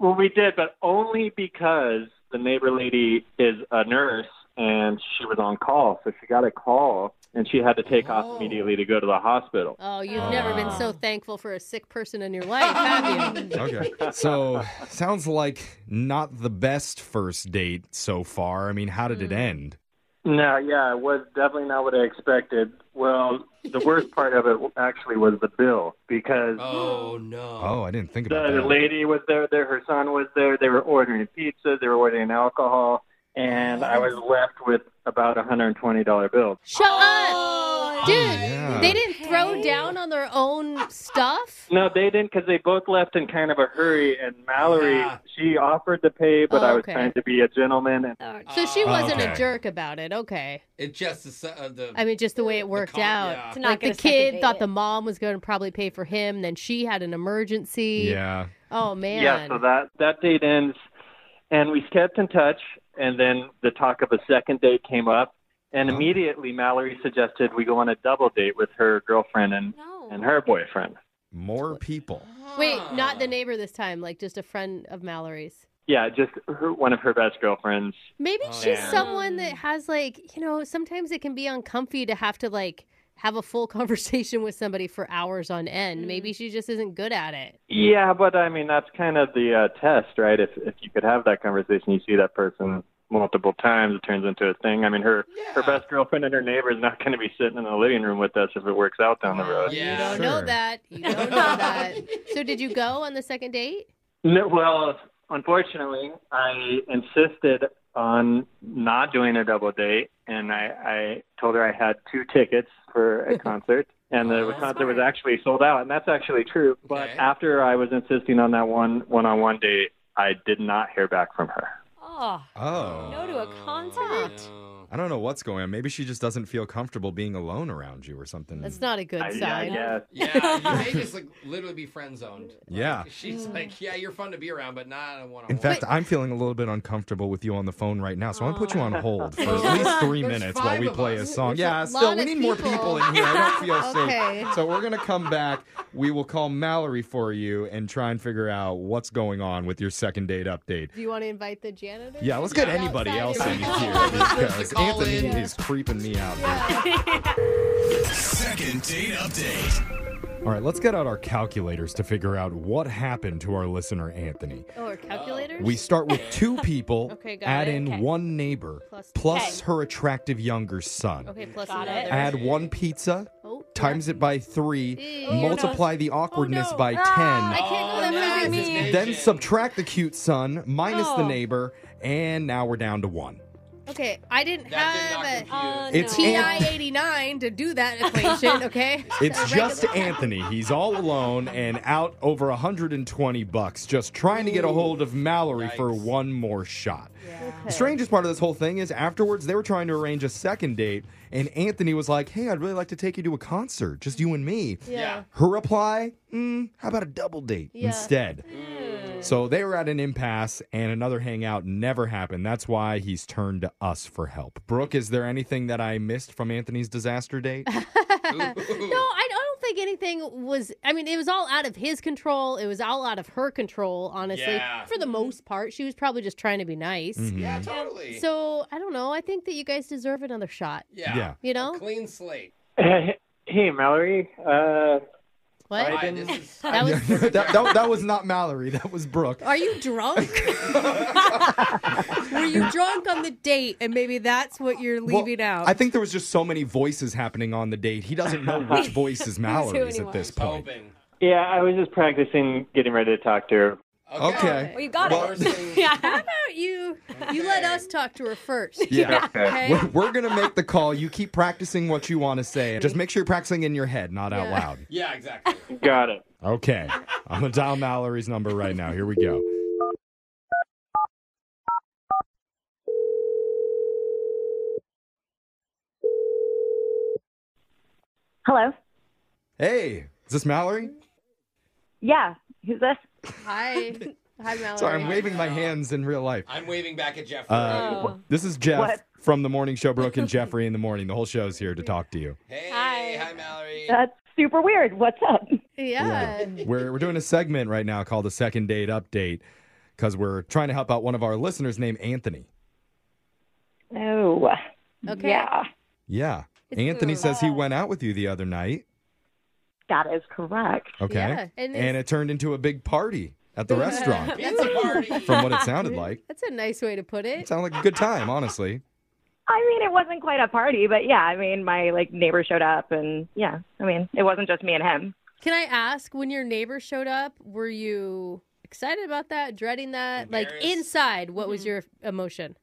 Well, we did, but only because the neighbor lady is a nurse and she was on call, so she got a call and she had to take off immediately to go to the hospital.
Oh, you've never been so thankful for a sick person in your life, have you?
Okay. So sounds like not the best first date so far. I mean, how did it
Mm.
end?
No, yeah, it was definitely not what I expected. Well, the worst part of it actually was the bill because
Oh no.
Oh, I didn't think
the,
about
the
that.
lady was there, there, her son was there, they were ordering pizza, they were ordering alcohol, and I was left with about a $120 bill.
Shut up, dude.
Yeah.
They didn't throw down on their own stuff.
No, they didn't because they both left in kind of a hurry. And Mallory,
Yeah.
she offered to pay, but
Oh,
I was
okay.
trying to be a gentleman. And
So she
Oh,
wasn't
okay.
a jerk about it. Okay.
It just is, uh, the
I mean, just the way it worked out.
yeah. To not
Like
get
the
a second
kid
date.
thought the mom was going to probably pay for him, then she had an emergency.
Yeah.
Oh man.
yeah, so that that date ends, and we kept in touch. And then the talk of a second date came up,
Oh.
and immediately Mallory suggested we go on a double date with her girlfriend and and her boyfriend.
More people.
Wait, not the neighbor this time. Like just a friend of Mallory's.
Yeah, just her, one of her best girlfriends.
Maybe
Oh,
she's
man.
someone that has like you know. Sometimes it can be uncomfy to have to like have a full (laughs) conversation with somebody for hours on end. Maybe she just isn't good at it.
Yeah, but I mean that's kind of the uh, test, right? If if you could have that conversation, you see that person multiple times, it turns into a thing. I mean, her (laughs) her best girlfriend and her neighbor is not going to be sitting in the living room with us if it works out down the road.
You don't know that. (laughs) You don't know that. So did you go on the second date?
No, well, unfortunately, I insisted on not doing a double date, and I, I told her I had two tickets for a concert, and the concert was actually sold out, and that's actually true. But after I was insisting on that one one-on-one date, I did not hear back from her.
Oh,
Oh.
no to a concert.
I don't know what's going on. Maybe she just doesn't feel comfortable being alone around you or something.
That's not a good
I- yeah,
sign.
I
Yeah,
(laughs)
you may just like literally be friend zoned.
Yeah.
She's
Mm.
like, yeah, you're fun to be around, but not on one on
In fact, I'm feeling a little bit uncomfortable with you on the phone right now, so I'm gonna put you on
(laughs)
hold for at least three
Ah. There's
minutes while
five
we
of
play a
us.
song.
There's
yeah,
a
still,
lot
we
of
need more people in here. I
(laughs)
don't feel
Okay.
safe. So we're gonna come back. We will call Mallory for you and try and figure out what's going on with your second date update.
Do you want to invite the janitor?
Yeah, let's get anybody else
(laughs)
in here because Anthony is creeping me out.
Second date update.
All right, let's get out our calculators to figure out what happened to our listener Anthony.
Oh, or calculators?
We start with
(laughs)
two people,
Okay, got
add
it.
in
Okay.
one neighbor,
Plus-
plus
Okay.
her attractive younger son.
Okay, plus
Got it.
another.
Add one pizza,
Oh,
times it by three,
Ew. Oh,
multiply the awkwardness by
Ah, I can't Oh. go that fast.
ten, then subtract the cute son, minus the
No.
neighbor, and now we're down to one.
Okay, I didn't have
confuse.
a
It's
TI
Ant-
eighty nine to do that equation. Okay,
It's
A
just
regular-
Anthony. He's all alone and out over 120 bucks just trying to get a hold of Mallory for one more shot. The strangest part of this whole thing is afterwards they were trying to arrange a second date and Anthony was like, "Hey, I'd really like to take you to a concert, just you and me."
Yeah.
Her reply, mm, "How about a double date
Yeah.
instead?" So they were at an impasse and another hangout never happened. That's why he's turned to us for help. Brooke, is there anything that I missed from Anthony's disaster date?
no, I don't think think anything was. I mean, it was all out of his control. It was all out of her control, honestly.
Yeah.
For the most part, she was probably just trying to be nice.
Mm-hmm.
Mhm. Yeah, totally.
Um, So I don't know. I think that you guys deserve another shot.
Yeah.
Yeah.
You know,
clean slate.
Hey, Mallory. Uh,
What?
I didn't-
(laughs)
(laughs)
that was.
that, that, that was not Mallory. That was Brooke.
Are you drunk? Were you drunk on the date, and maybe that's what you're
Well,
(laughs)
leaving out?
I think there was just so many voices happening on the date. He doesn't know which voice is Mallory's at this point.
yeah, I was just practicing getting ready to talk to her.
Okay.
(laughs) Well, you got it. yeah. How about you? You let us talk to her first.
Yeah.
Okay.
We're, we're going to make the call. You keep practicing what you want to say. and Just make sure you're practicing in your head, not out loud.
Yeah, exactly.
Got it.
Okay. I'm going to dial Mallory's number right now. Here we go.
Hello.
Hey, is this Mallory?
Yeah. Who's this?
Hi. Hi, Mallory.
Sorry, I'm waving my hands in real life.
I'm waving back at Jeff.
Oh.
Uh,
Rowe.
This is Jeff
What?
from the morning show, Brooke and Jeffrey in the morning. The whole show's here to talk to you.
Hey, hi. Mallory.
That's super weird. What's up?
Yeah.
We're, we're doing a segment right now called the second date update because we're trying to help out one of our listeners named Anthony.
Oh.
Okay.
Yeah.
Yeah.
It's
Anthony
cool.
says he went out with you the other night.
That is correct.
Okay.
Yeah,
and,
and it's-
it turned into a big party
(laughs)
at the restaurant,
It's a (laughs) party.
from what it sounded like.
That's a nice way to put
It
it.
sounded like a good time, honestly.
I mean, it wasn't quite a party, but yeah, I mean, my like neighbor showed up, and yeah, I mean, it wasn't just me and him.
Can I ask, when your neighbor showed up, were you excited about that, dreading that? Like inside, what
Mm-hmm.
was your emotion?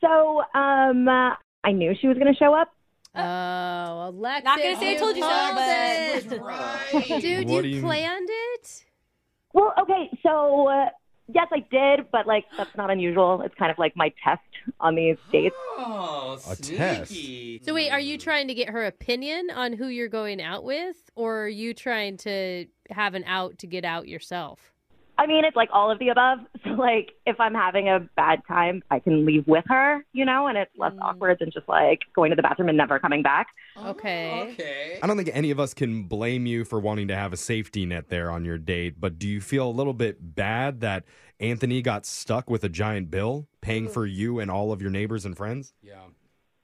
So, um, uh, I knew she was going to show up.
Oh, Alexis.
Uh, Not gonna say I
you
told you so,
called
but-
it.
(laughs)
Dude,
What do
you
you-
planned it?
Well, okay, so uh, yes, I did, but like that's not unusual. It's kind of like my test on these dates.
Oh,
A
sneaky.
So wait, are you trying to get her opinion on who you're going out with, or are you trying to have an out to get out yourself?
I mean, it's like all of the above. (laughs) So, like, if I'm having a bad time, I can leave with her, you know, and it's less awkward than just like going to the bathroom and never coming back.
Okay.
Okay.
I don't think any of us can blame you for wanting to have a safety net there on your date, but do you feel a little bit bad that Anthony got stuck with a giant bill paying for you and all of your neighbors and friends?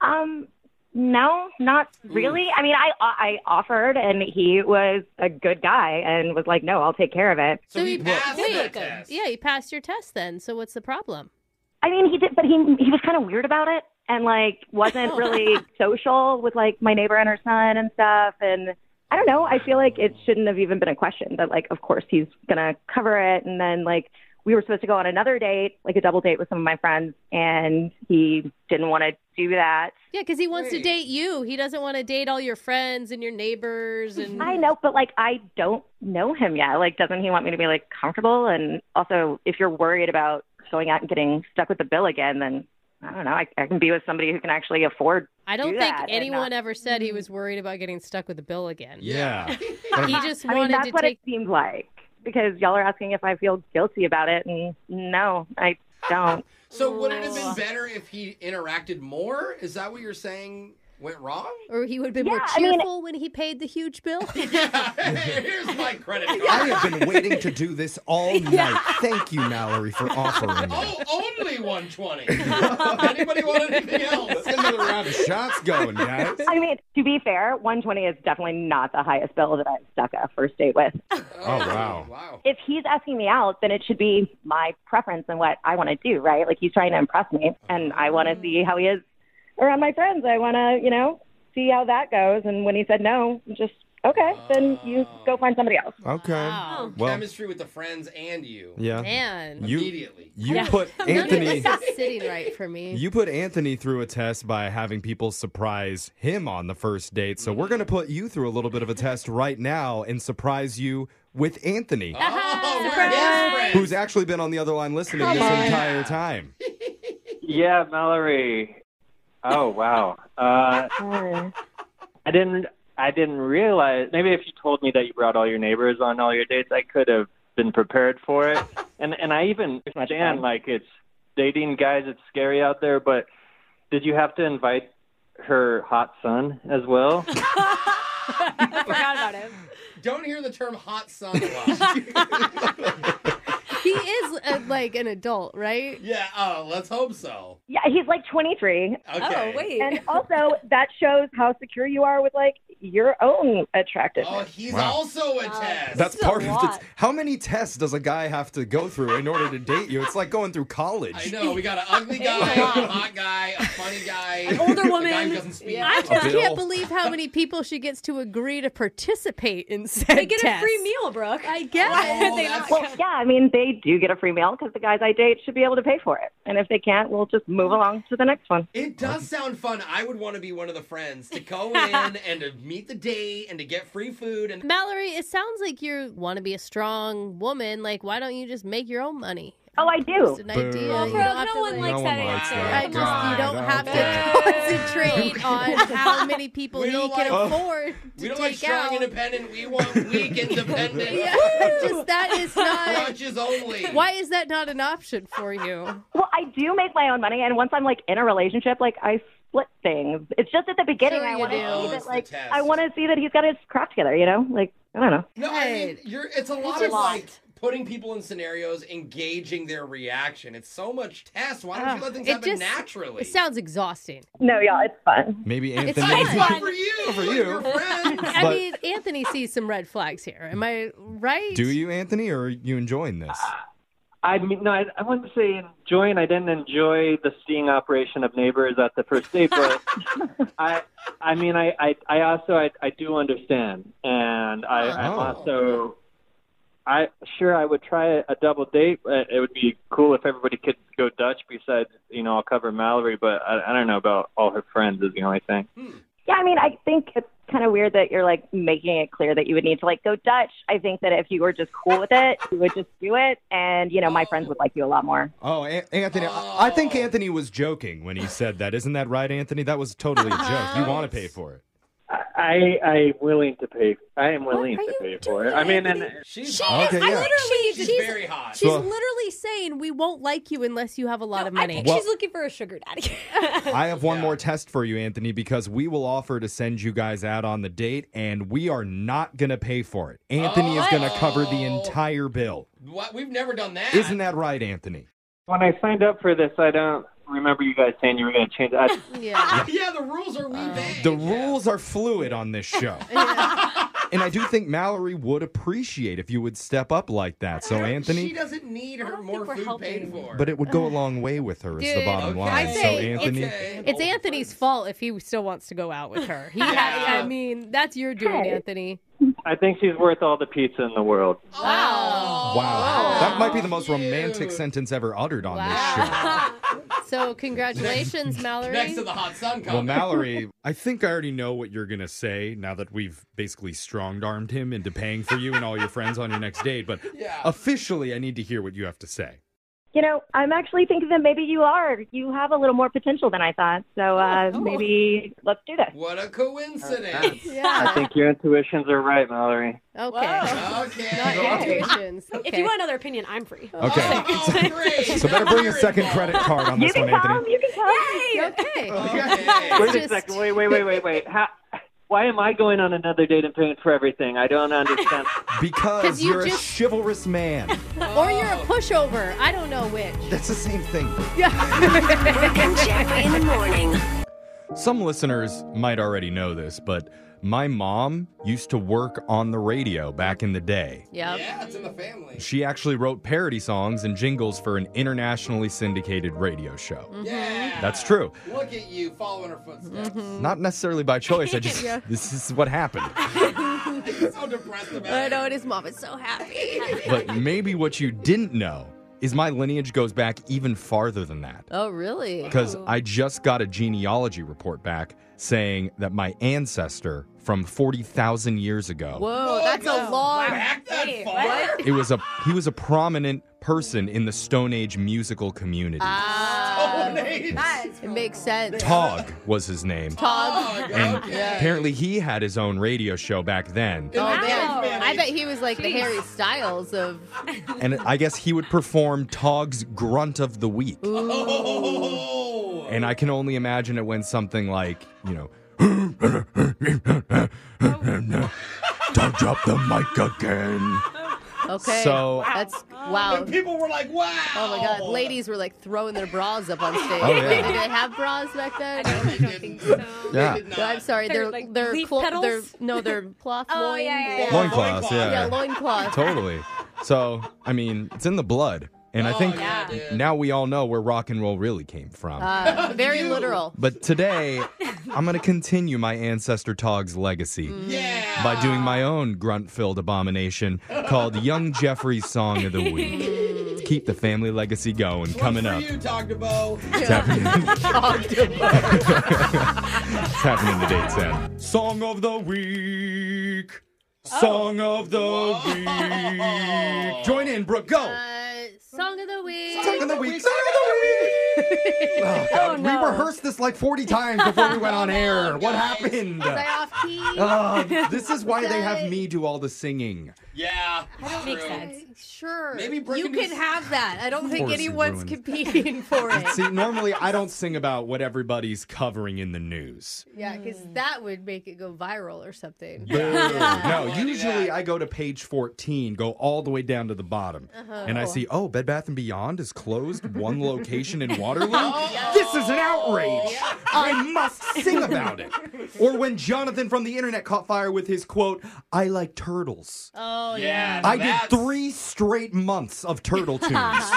Um, no, not really. I mean, I I offered, and he was a good guy and was like, "No, I'll take care of it."
So he passed
Wait,
the test.
Yeah, you passed your test then. So what's the problem?
I mean, he did, but he he was kind of weird about it, and like wasn't really social with like my neighbor and her son and stuff. And I don't know. I feel like it shouldn't have even been a question. That like, of course, he's gonna cover it. And then like we were supposed to go on another date, like a double date with some of my friends, and he didn't want to do that.
Yeah, because he wants to
Wait.
date you. He doesn't want to date all your friends and your neighbors. And
I know, but like I don't know him yet. Like, doesn't he want me to be like comfortable? And also, if you're worried about going out and getting stuck with the bill again, then I don't know. I, I can be with somebody who can actually afford.
I don't
do
think
that and
anyone
not- Mm.
ever said he was worried about getting stuck with the bill again.
Yeah.
he just
I mean,
wanted
that's
to
what
take.
it seems like because y'all are asking if I feel guilty about it, and no, I
(laughs)
don't.
So would it have been better if he interacted more? Is that what you're saying went
(laughs)
wrong?
Or he would have been more
Yeah, I mean-
cheerful when he paid the
(laughs)
huge bill.
Here's my credit
I
card.
have been waiting to do this all night. Thank you, Mallory, for offering me.
oh, only
(laughs)
120. Anybody want anything else?
Get another round of shots going, guys.
I mean, to be fair, 120 is definitely not the highest bill that I've stuck a first date with.
Oh, wow.
if he's asking me out, then it should be my preference and what I want to do, right? Like he's trying to impress me, and I want to see how he is around my friends. I want to, you know, see how that goes. And when he said no, I'm just okay, then you go find somebody else.
Okay. Well,
Chemistry with the friends and you.
yeah.
Man.
You,
Immediately.
You put Anthony.
None of this is sitting right for me.
(laughs)
You put Anthony through a test by having people surprise him on the first date. So we're going to put you through a little bit of a test right now and surprise you with Anthony,
Uh-huh,
Oh,
who's actually been on the other line listening
Come
this
on.
entire time.
Yeah, Mallory. Oh wow. Uh, I didn't. I didn't realize. Maybe if you told me that you brought all your neighbors on all your dates, I could have been prepared for it. And and I even understand like it's dating guys. It's scary out there. But did you have to invite her hot son as well?
Forgot about him. Don't hear the term hot son a lot.
(laughs) he is uh like an adult, right?
Yeah. Oh, let's hope so.
Yeah, he's like 23.
Okay. Oh, wait.
(laughs)
And also, that shows how secure you are with like your own attractiveness.
Oh, he's
Wow.
also a test.
That's part of it. How many tests does a guy have to go through in order to date you? It's like going through college.
I know. We
(laughs)
got an ugly guy, a hot guy, a funny guy, an (laughs)
older
A guy
woman.
who doesn't speak.
I
A
just (laughs)
bill.
can't believe how many people she gets to agree to participate in said
They get a
test.
free meal, Brooke.
I guess.
Oh,
Well, yeah, I mean, they do get a free meal because the guys I date should be able to pay for it. And if they can't, we'll just move along to the next one.
It does sound fun. I would want to be one of the friends to go in and to meet the date and to get free food
(laughs)
and
Mallory, it sounds like you want to be a strong woman. Like, why don't you just make your own money?
Oh, I do.
Just an idea.
Well,
You
bro,
don't have
no
to,
one
like-
likes No one that likes answer. that.
I
Come
just, you
on.
don't
No
have to concentrate on how many people you can afford to
We don't like
take
strong
out.
independent. We want weak independent.
(laughs) Yeah, just that is not.
Lunches
(laughs)
only.
Why is that not an option for you?
Well, I do make my own money, and once I'm like in a relationship, like I split things. It's just at the beginning
Sure
I
you
want to
do.
see
It's
that
the
like
test.
I want to see that he's got his crap together. You know, like I don't know.
No, I mean, you're, it's a lot
a
of
lot.
like putting people in scenarios, engaging their reaction. It's so much test. Why don't you let things
it
happen
just
naturally?
It sounds exhausting.
No, y'all, it's fun.
Maybe
It's
Anthony.
fun.
for you.
For
and
you.
Your friends.
I
But-
mean, Anthony sees some red flags here. Am I right?
Do you, Anthony, or are you enjoying this?
I mean, no, I, I wouldn't say enjoying. I didn't enjoy the sting operation of neighbors at the first
(laughs)
date, but I, I mean, I, I, I also, I, I do understand, and I, I'm
Oh.
also, I sure I would try a double date. Uh, It would be cool if everybody could go Dutch. Besides, you know, I'll cover Mallory, but I, I don't know about all her friends. Is the only thing.
Yeah, I mean, I think it's kind of weird that you're like making it clear that you would need to like go Dutch. I think that if you were just cool with it, you would just do it, and you know, my friends would like you a lot more.
Oh, An- Anthony, I-, I think Anthony was joking when he said that. Isn't that right, Anthony? That was totally a joke. You want to pay for it.
I, I am willing to pay. I am willing to pay for it. I mean, and
she's
She
Okay,
is,
yeah.
I literally, she's,
very hot.
She's
So-
literally saying we won't like you unless you have a lot of money.
think Well- she's
looking for a sugar daddy.
I have one more test for you, Anthony, because we will offer to send you guys out on the date, and we are not going to pay for it. Anthony is going to cover the entire bill.
What? We've never done that.
Isn't that right, Anthony?
when I signed up for this, I don't remember you guys saying you were going to change. I,
Yeah.
Ah, yeah, the rules are we bang.
Uh, The rules are fluid on this
(laughs)
show. and I do think Mallory would appreciate if you would step up like that. So,
She
Anthony,
doesn't need her more food paid for.
but it would go a long way with her, is the
Dude,
bottom
okay.
line.
I
So,
say it's-
Anthony,
It's Anthony's fault if he still wants to go out with her. He had, I mean, that's your doing,
Hey.
Anthony.
I think she's worth all the pizza in the world.
wow. That might be the most romantic sentence ever uttered on this show.
(laughs) So congratulations, Mallory.
Next to the hot sun
Well,
comes.
Mallory, I think I already know what you're going to say now that we've basically strong armed him into paying for you and all your friends on your next date. But officially, I need to hear what you have to say.
(laughs) You know, I'm actually thinking that maybe you are. You have a little more potential than I thought. So uh, maybe let's do this.
What a coincidence.
I think your intuitions are right, Mallory.
Okay.
Okay.
Intuitions.
If you want another opinion, I'm free.
Okay.
Oh, great.
(laughs) So better bring a second credit card on this one, Anthony.
you can come.
Okay.
Wait a second. Wait, wait, wait, wait, wait. How, why am I going on another date and paying for everything? I don't understand.
Because
'Cause you
you're
just-
a chivalrous man.
Or you're a pushover. I don't know which.
That's the same thing.
Brooke and Jeffrey in the morning.
Some listeners might already know this, but my mom used to work on the radio back in the day.
Yeah, it's in the family.
She actually wrote parody songs and jingles for an internationally syndicated radio show.
Mm-hmm.
Yeah.
That's true.
Look at you following her footsteps.
Not necessarily by choice.
(laughs)
I just
Yeah.
this is what happened.
so depressed about
I know, and his mom is so happy.
But maybe what you didn't know is my lineage goes back even farther than that.
Oh, really?
Because I just got a genealogy report back saying that my ancestor from 40,000 years ago.
Oh,
Whoa, that's a long.
Back that
Wait,
far? (laughs)
what?
It was a he was a prominent person in the Stone Age musical community.
Ah,
it
makes sense. Um,
Tog was his name.
Tog. Oh,
And
okay.
apparently he had his own radio show back then.
Oh,
Wow. I bet he was like the Harry Styles of.
And I guess he would perform Tog's Grunt of the Week.
Ooh.
And I can only imagine it went something like, you know,
Don't drop the mic again.
Okay.
So-
that's wow.
And people were like, "Wow!"
Oh my god, ladies were like throwing their bras up on stage.
Oh, yeah.
Wait, did they
(laughs)
have bras back then? I don't, think so.
Yeah. They did
I'm sorry.
They're
They're
like
they're
leaf
clo-
petals?
they're no, they're cloth
Oh,
loin.
yeah, yeah,
yeah.
Loincloths, yeah.
Yeah, loincloth.
Totally. So, I mean, it's in the blood. And
Oh,
I think now we all know where rock and roll really came from.
Uh, very literal.
But today, I'm going to continue my ancestor Tog's legacy
Mm.
by doing my own grunt filled abomination called Young Jeffrey's Song of
(laughs)
the Week. To keep the family legacy going, coming
for
up.
you, Dr.
(laughs)
Bo.
It's happening today, at 10. Song of the Week.
Oh.
Song of the Week. Join in, Brooke. Go.
Song of the week.
Song of the week. Uh, Song of the (laughs) week. Oh, God. We rehearsed this like 40 times before we went (laughs) on air. What happened?
Was
(laughs)
I off key?
Uh, this is why they have me
do all the singing.
Yeah.
Makes sense. Sure. Maybe you can have
that. I don't
Of
think
course you
anyone's
ruined. (laughs)
competing for it.
See, normally I don't sing about what everybody's covering in the news.
Yeah, because that would make it go viral or something.
Boo. No, usually I go to page 14, go all the way down to the bottom,
Uh-huh.
and I see, oh, Bed Bath and Beyond is closed, one location in
(laughs)
Waterloo.
Oh.
This is an outrage. I must sing about it. Or when Jonathan from the internet caught fire with his quote, I like turtles.
Oh
yeah.
I did three straight months of
(laughs)
turtle tunes,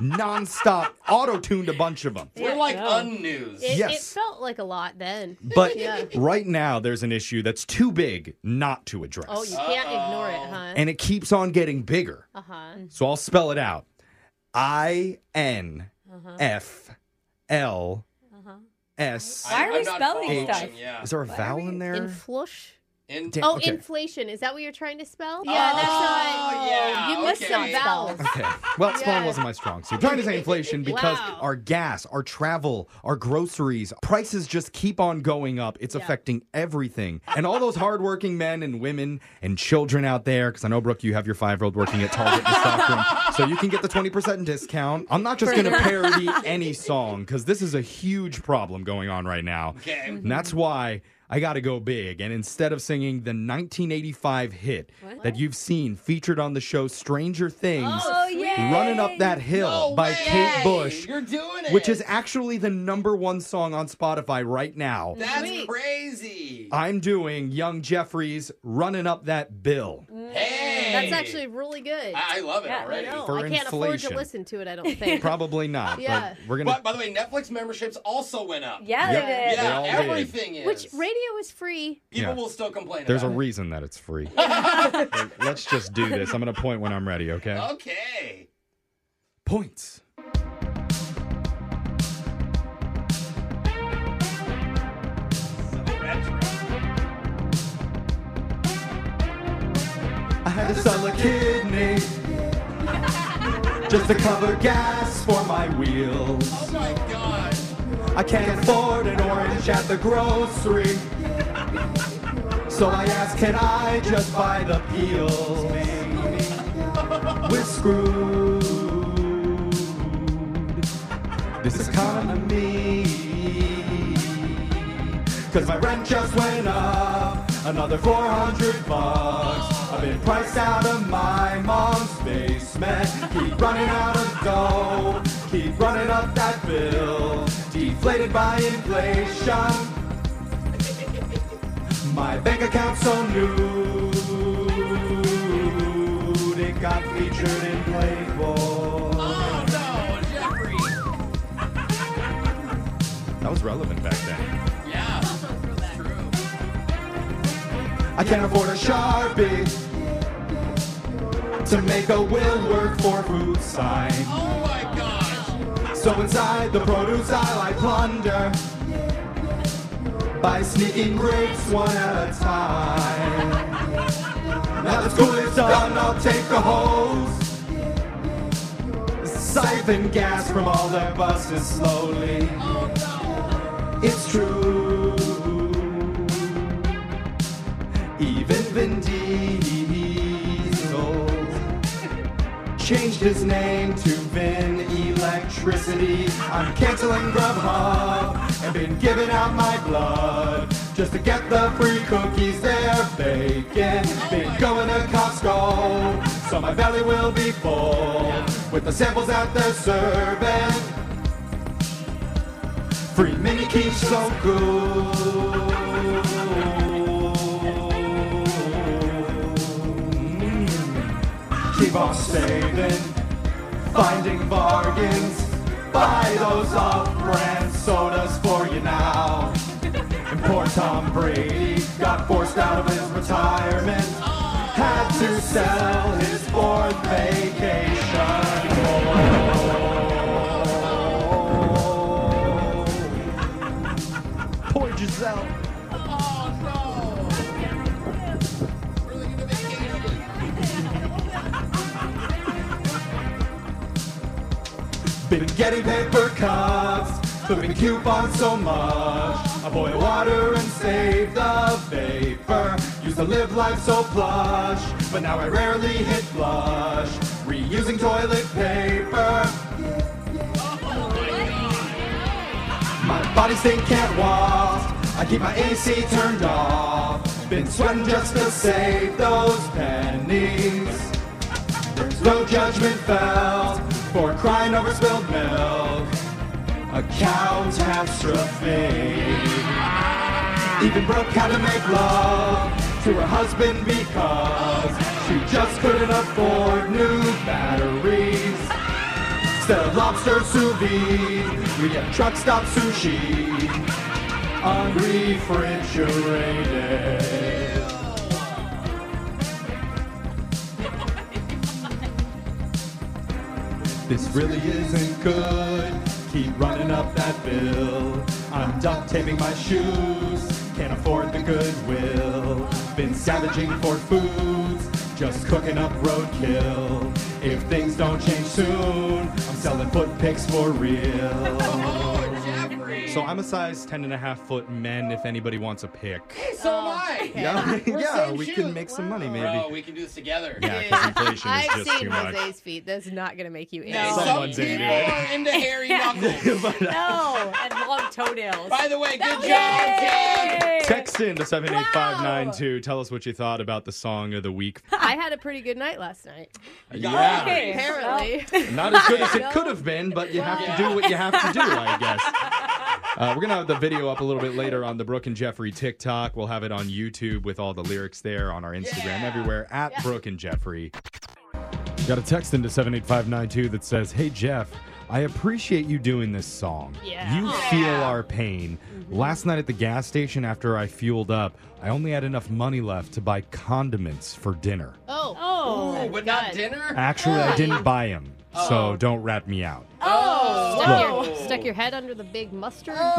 nonstop, auto tuned a bunch of them.
We're like unnews.
Oh. It, it
Yes.
felt like a lot then.
But
yeah.
right now, there's an issue that's too big not to address.
Oh, you can't ignore it, huh?
And it keeps on getting bigger.
Uh huh.
So I'll spell it out I N F L S.
Why are we I'm not spelling
H-
stuff? yeah.
Is there a vowel in there?
Inflush.
Damn,
oh,
okay.
inflation. Is that what you're trying to spell? Oh,
Yeah, that's
Oh,
not.
yeah,
You missed
okay.
some vowels.
Okay.
(laughs)
Well, spelling
Yeah.
wasn't my strong suit. Trying to
(laughs)
say inflation because
Wow.
our gas, our travel, our groceries, prices just keep on going up. It's affecting everything. And all those hardworking men and women and children out there, because I know, Brooke, you have your five year old working at Target in
(laughs)
Stockton, so you can get the 20% discount. I'm not just going to
Further. (laughs)
parody any song because this is a huge problem going on right now.
Okay. Mm-hmm.
And that's why. I gotta go big, and instead of singing the 1985 hit that you've seen featured on the show Stranger Things,
Oh, yay.
Running Up That Hill
No
by
way.
Kate Bush,
You're doing
which
it.
is actually the number one song on Spotify right now.
That's crazy.
I'm doing Young Jeffries Running Up That Bill.
Mm. Hey.
Mm. That's actually really good.
I- I love it
Yeah,
already.
I, know.
For
I can't afford to
inflation.
listen to it. I
(laughs)
don't think.
Probably not,
Yeah.
but we're gonna.
But by the way, Netflix memberships also went up.
Yeah,
Yep, they did. they all
Yeah,
did.
everything is.
Which radio is free.
People
Yeah.
will still complain.
There's a
about
reason that it's free. Like, Let's just do this. I'm gonna point when I'm ready, okay?
it. Okay.
Points. I had to sell a kidney just to cover gas for my wheels.
Oh my god.
I can't afford an orange at the grocery. So I ask, can I just buy the peels? We're screwed. This economy. Cause my rent just went up another 400 bucks. I've been priced out of my mom's basement. Keep running out of dough. Keep running up that bill. Deflated by inflation. My bank account's so nude, it got featured in Playboy. Oh no, Jeffrey! That was relevant back then.
Yeah.
I can't afford a Sharpie to make a will work for food sign.
Oh my gosh.
So inside the produce aisle I plunder by sneaking grapes one at a time. Now the school is done, I'll take the hose, siphon gas from all their buses slowly. It's true. Even Vin Diesel changed his name to Vin Electricity. I'm canceling Grubhub and been giving out my blood
Just to get the free cookies they're baking. Been going to Costco, so my belly will be full with the samples that they're serving. Free mini quiche so good. Mm. Keep on saving, finding bargains. Buy those off-brand sodas for you now. And poor Tom Brady got forced out of his retirement. Had to sell his fourth vacation home. Poor Giselle. Been getting paper cups, flipping coupons so much. I boil water and save the vapor. Used to live life so plush, but now I rarely hit flush. Reusing toilet paper. My body sink can't walk. I keep my AC turned off. Been sweating just to save those pennies. There's no judgment felt for crying over spilled milk. A catastrophe. Even broke how to make love to her husband because she just couldn't afford new batteries. Instead of lobster sous vide, we get truck stop sushi, unrefrigerated. This really isn't good. Keep running up that bill. I'm duct taping my shoes. Can't afford the goodwill. Been savaging for foods. Just cooking up roadkill. If things don't change soon, I'm selling foot picks for real.
So I'm a size 10 and a half foot men if anybody wants a pick.
So am I.
Yeah,
We're
(laughs) yeah
same
we
shoe.
can make some money maybe.
Bro, we can do this together.
Yeah, 'cause inflation is
I've
just
seen
too much. (laughs)
(laughs)
Jose's feet. That's not going to make you itch.
No. Someone's
Some
into
people
it.
are into hairy knuckles.
no, and long toenails.
By the way, good job, Jen.
Text in to 78592. Tell us what you thought about the song of the week.
I had a pretty good night last night.
Yeah.
(laughs) Okay, apparently.
Not as good as
(laughs)
it could have been, but you have to do what you have to do, I guess. Uh, we're going to have the video up a little bit later on the Brooke and Jeffrey TikTok. We'll have it on YouTube with all the lyrics there, on our Instagram, everywhere, at Brooke and Jeffrey. Got a text into 78592 that says, Hey, Jeff, I appreciate you doing this song.
Yeah. Mm-hmm.
You
Aw.
feel our pain. Last night at the gas station after I fueled up, I only had enough money left to buy condiments for dinner.
(laughs)
Oh.
Oh, but not dinner?
Actually, I didn't buy them, so don't rat me out.
Oh,
Look.
stuck your, stuck your head under the big mustard.
Oh.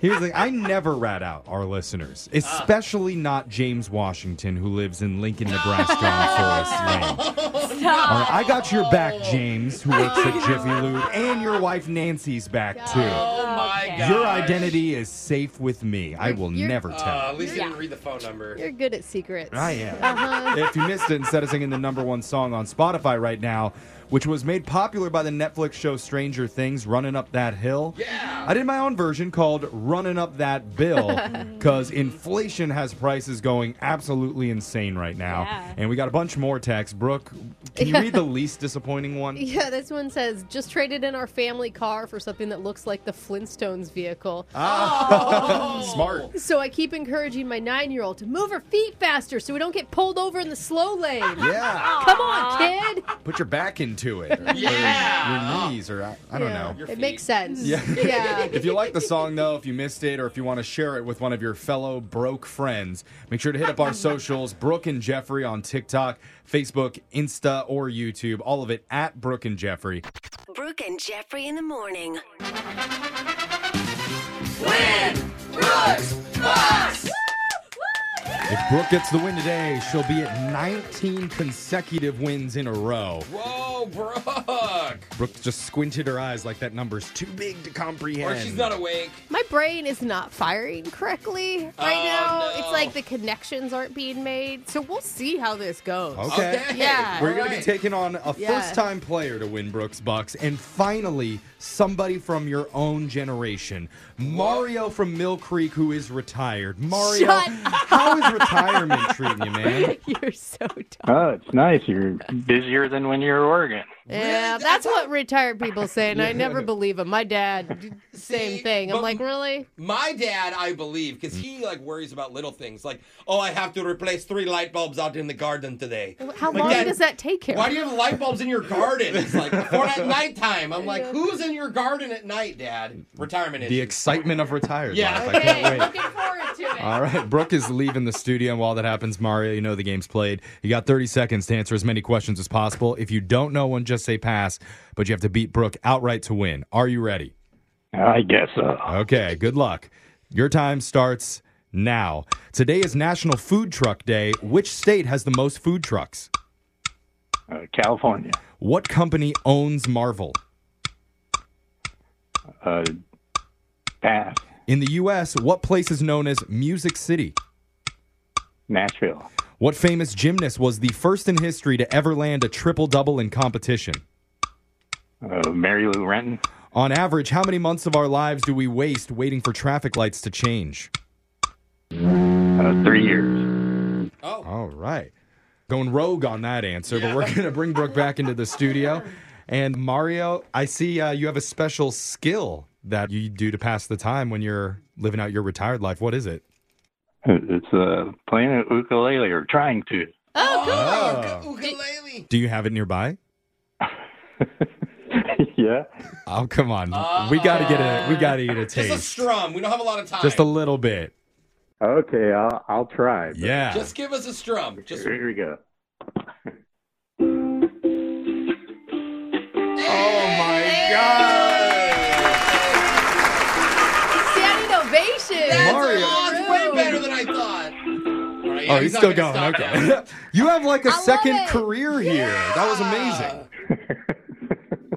Here's the thing I never rat out our listeners,
Ah.
especially not James Washington, who lives in Lincoln, Nebraska
(laughs)
on Forest Lane. All right, I got your back, James, who works
(laughs)
at Jiffy Lube, and your wife Nancy's back too.
Oh my god.
Your identity is safe with me. I will
you're- Oh,
never
Uh,
tell.
at least you didn't read the phone number.
You're good at secrets.
I am.
Uh-huh.
If you missed it, instead of singing the number one song on Spotify right now, which was made popular by the Netflix show Stranger Things, Running Up That Hill. Yeah. I did my own version called Running Up That
(laughs)
Bill because inflation has prices going absolutely insane right now.
Yeah.
And we got a bunch more texts. Brooke, can you read
(laughs)
the least disappointing one?
Yeah, this one says just traded in our family car for something that looks like the Flintstones vehicle.
Ah,
(laughs)
smart.
So I keep encouraging my nine year old to move her feet faster so we don't get pulled over in the slow lane.
Yeah.
Come
Ah.
on, kid.
Put your back into
(laughs)
it. Or Your knees, or I, I don't
Yeah,
know.
It makes sense.
Yeah.
yeah.
if you like the song, though, if you missed it, or if you want to share it with one of your fellow broke friends, make sure to hit up our socials Brooke and Jeffrey on TikTok, Facebook, Insta, or YouTube. All of it at Brooke and Jeffrey.
Brooke and Jeffrey in the morning.
If Brooke gets the win today, she'll be at 19 consecutive wins in a row.
Whoa, Brooke.
Brooke just squinted her eyes like that number's too big to comprehend.
Or she's not awake.
My brain is not firing correctly right
Oh,
now.
no.
It's like the connections aren't being made. So we'll see how this goes.
Okay.
Yeah.
We're going to be taking on a
Yeah.
first time player to win Brooks Bucks and finally somebody from your own generation. Mario from Mill Creek, who is retired. Mario,
Shut
how is retirement treating you, man?
(laughs) You're so dumb.
Oh, it's nice. You're busier than when you're in Oregon.
Yeah, that's what retired people say, and I never believe them. My dad, d- same thing. I'm
but-
like, really?
My dad, I believe, because he like worries about little things, like oh, I have to replace three light bulbs out in the garden today.
How
Like,
long
"Dad,
does that take him?
Why do you have light bulbs in your garden? It's like before at nighttime. I'm like, who's in your garden at night, Dad? Retirement
The
issue.
excitement of retired
Yeah.
life. I can't wait.
forward to it.
All right, Brooke is leaving the studio, and while that happens, Mario, you know the game's played. You got 30 seconds to answer as many questions as possible. If you don't know one, just say pass, but you have to beat Brooke outright to win. Are you ready?
I guess so.
Okay, good luck. Your time starts now. Today is National Food Truck Day. Which state has the most food trucks?
California.
What company owns Marvel?
Uh, pass.
In the U.S., what place is known as Music City?
Nashville.
What famous gymnast was the first in history to ever land a triple double in competition?
Uh, Mary Lou Renton.
On average, how many months of our lives do we waste waiting for traffic lights to change?
Uh, three years.
Oh.
All right. Going rogue on that answer, but we're going to bring Brooke back into the studio. And Mario, I see uh, you have a special skill that you do to pass the time when you're living out your retired life. What is it?
It's uh, playing an ukulele or trying to.
Oh, cool.
Do you have it nearby?
yeah.
Oh, come on. we got to get a we got to get a
Just a
taste.
strum. We don't have a lot of time.
Just a little bit.
Okay, I'll, I'll try. but-
Yeah.
Just give us a strum. Just
Here we go.
Standing ovation.
(laughs) That's
Mario.
Oh, it's way better than I thought. All right, yeah,
oh, he's,
not
still
gonna
going.
stop now.
Okay. (laughs) you have like a
I love
second
it.
career here. That was amazing.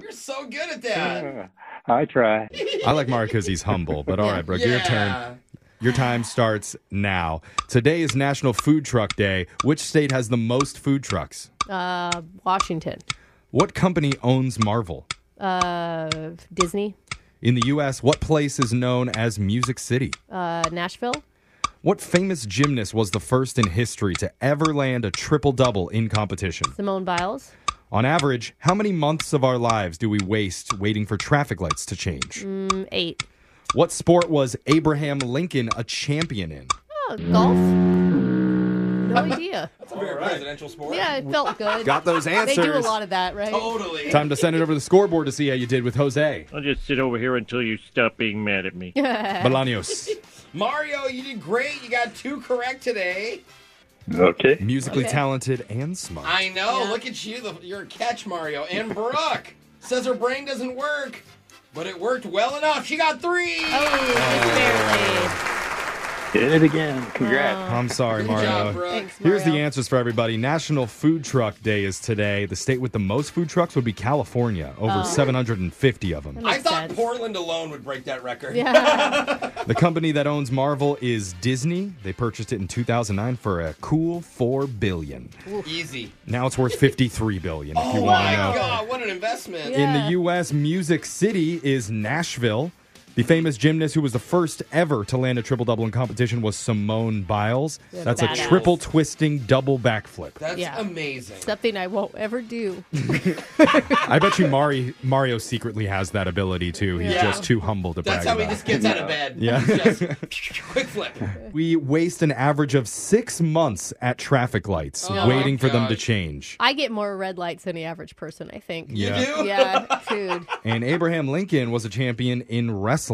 You're so good at
(laughs)
that.
I try.
I like Mario because he's humble. But all right, Brooke, your
Yeah.
turn. Your time starts now. Today is National Food Truck Day. Which state has the most food trucks?
Uh, Washington,
What company owns Marvel?
uh, Disney,
In the U.S., what place is known as Music City?
uh, Nashville,
What famous gymnast was the first in history to ever land a triple double in competition?
Simone Biles,
On average, how many months of our lives do we waste waiting for traffic lights to change?
mm, eight.
What sport was Abraham Lincoln a champion in?
Oh, golf.
(laughs)
No idea.
That's a very presidential sport.
Yeah, it felt good.
Got those
They do a
answers.
lot of that, right?
Totally.
Time to send it over to the scoreboard to see how you did with Jose.
I'll just sit over here until you stop being mad at me.
Bolaños.
Mario, you did great. You got two correct today.
Okay. Musically
Okay.
talented and smart.
I know. Look at you. The, you're a catch, Mario. And Brooke (laughs) says her brain doesn't work, but it worked well enough. She got three. Oh.
Did it again. Congrats.
I'm sorry, Mario.
job, Brooke. Thanks,
Here's the answers for everybody. National Food Truck Day is today. The state with the most food trucks would be California, over
Oh.
750 of them.
I thought Portland alone would break that record.
The company that owns Marvel is Disney. They purchased it in 2009 for a cool 4 billion.
(laughs) Easy.
Now it's worth 53 billion if you
oh
want
my
to know.
God! What an investment.
In the U.S., Music City is Nashville. The famous gymnast who was the first ever to land a triple double in competition was Simone Biles.
Yeah,
That's
badass.
a triple twisting double backflip.
That's
Yeah.
amazing.
Something I won't ever do.
I bet you Mari, Mario secretly has that ability too. He's
Yeah.
just too humble to
That's
brag
how he
about
just
it.
gets out of bed.
Yeah.
Just (laughs) quick flip.
We waste an average of six months at traffic lights
Oh,
waiting for them to
God.
change.
I get more red lights than the average person, I think.
You Yeah. do? (laughs)
Yeah, dude.
And Abraham Lincoln was a champion in wrestling.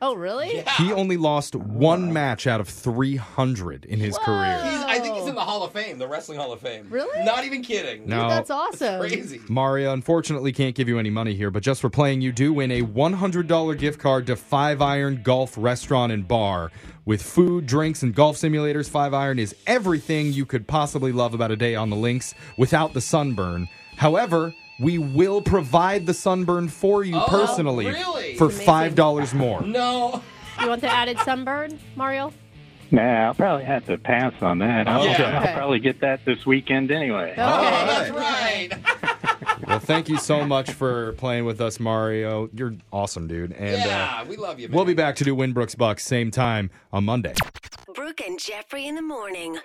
Oh, really?
He only lost one match out of 300 in his career.
He's, I think he's in the Hall of Fame, the Wrestling Hall of Fame. Really? Not even kidding.
No. Oh, That's
awesome.
crazy.
Mario, unfortunately, can't give you any money here, but just for playing, you do win a $100 gift card to Five Iron Golf Restaurant and Bar. With food, drinks, and golf simulators, Five Iron is everything you could possibly love about a day on the links without the sunburn. However, we will provide the sunburn for you
Oh,
personally
really?
for
Amazing.
$5 more.
No.
You want the added sunburn, Mario?
Nah, I'll probably have to pass on that. I'll,
Okay.
I'll probably get that this weekend anyway.
Oh, that's right.
well, thank you so much for playing with us, Mario. You're awesome, dude. And
Yeah,
uh,
we love you,
We'll be back to do Winbrook's Bucks same time on Monday.
Brooke and Jeffrey in the morning.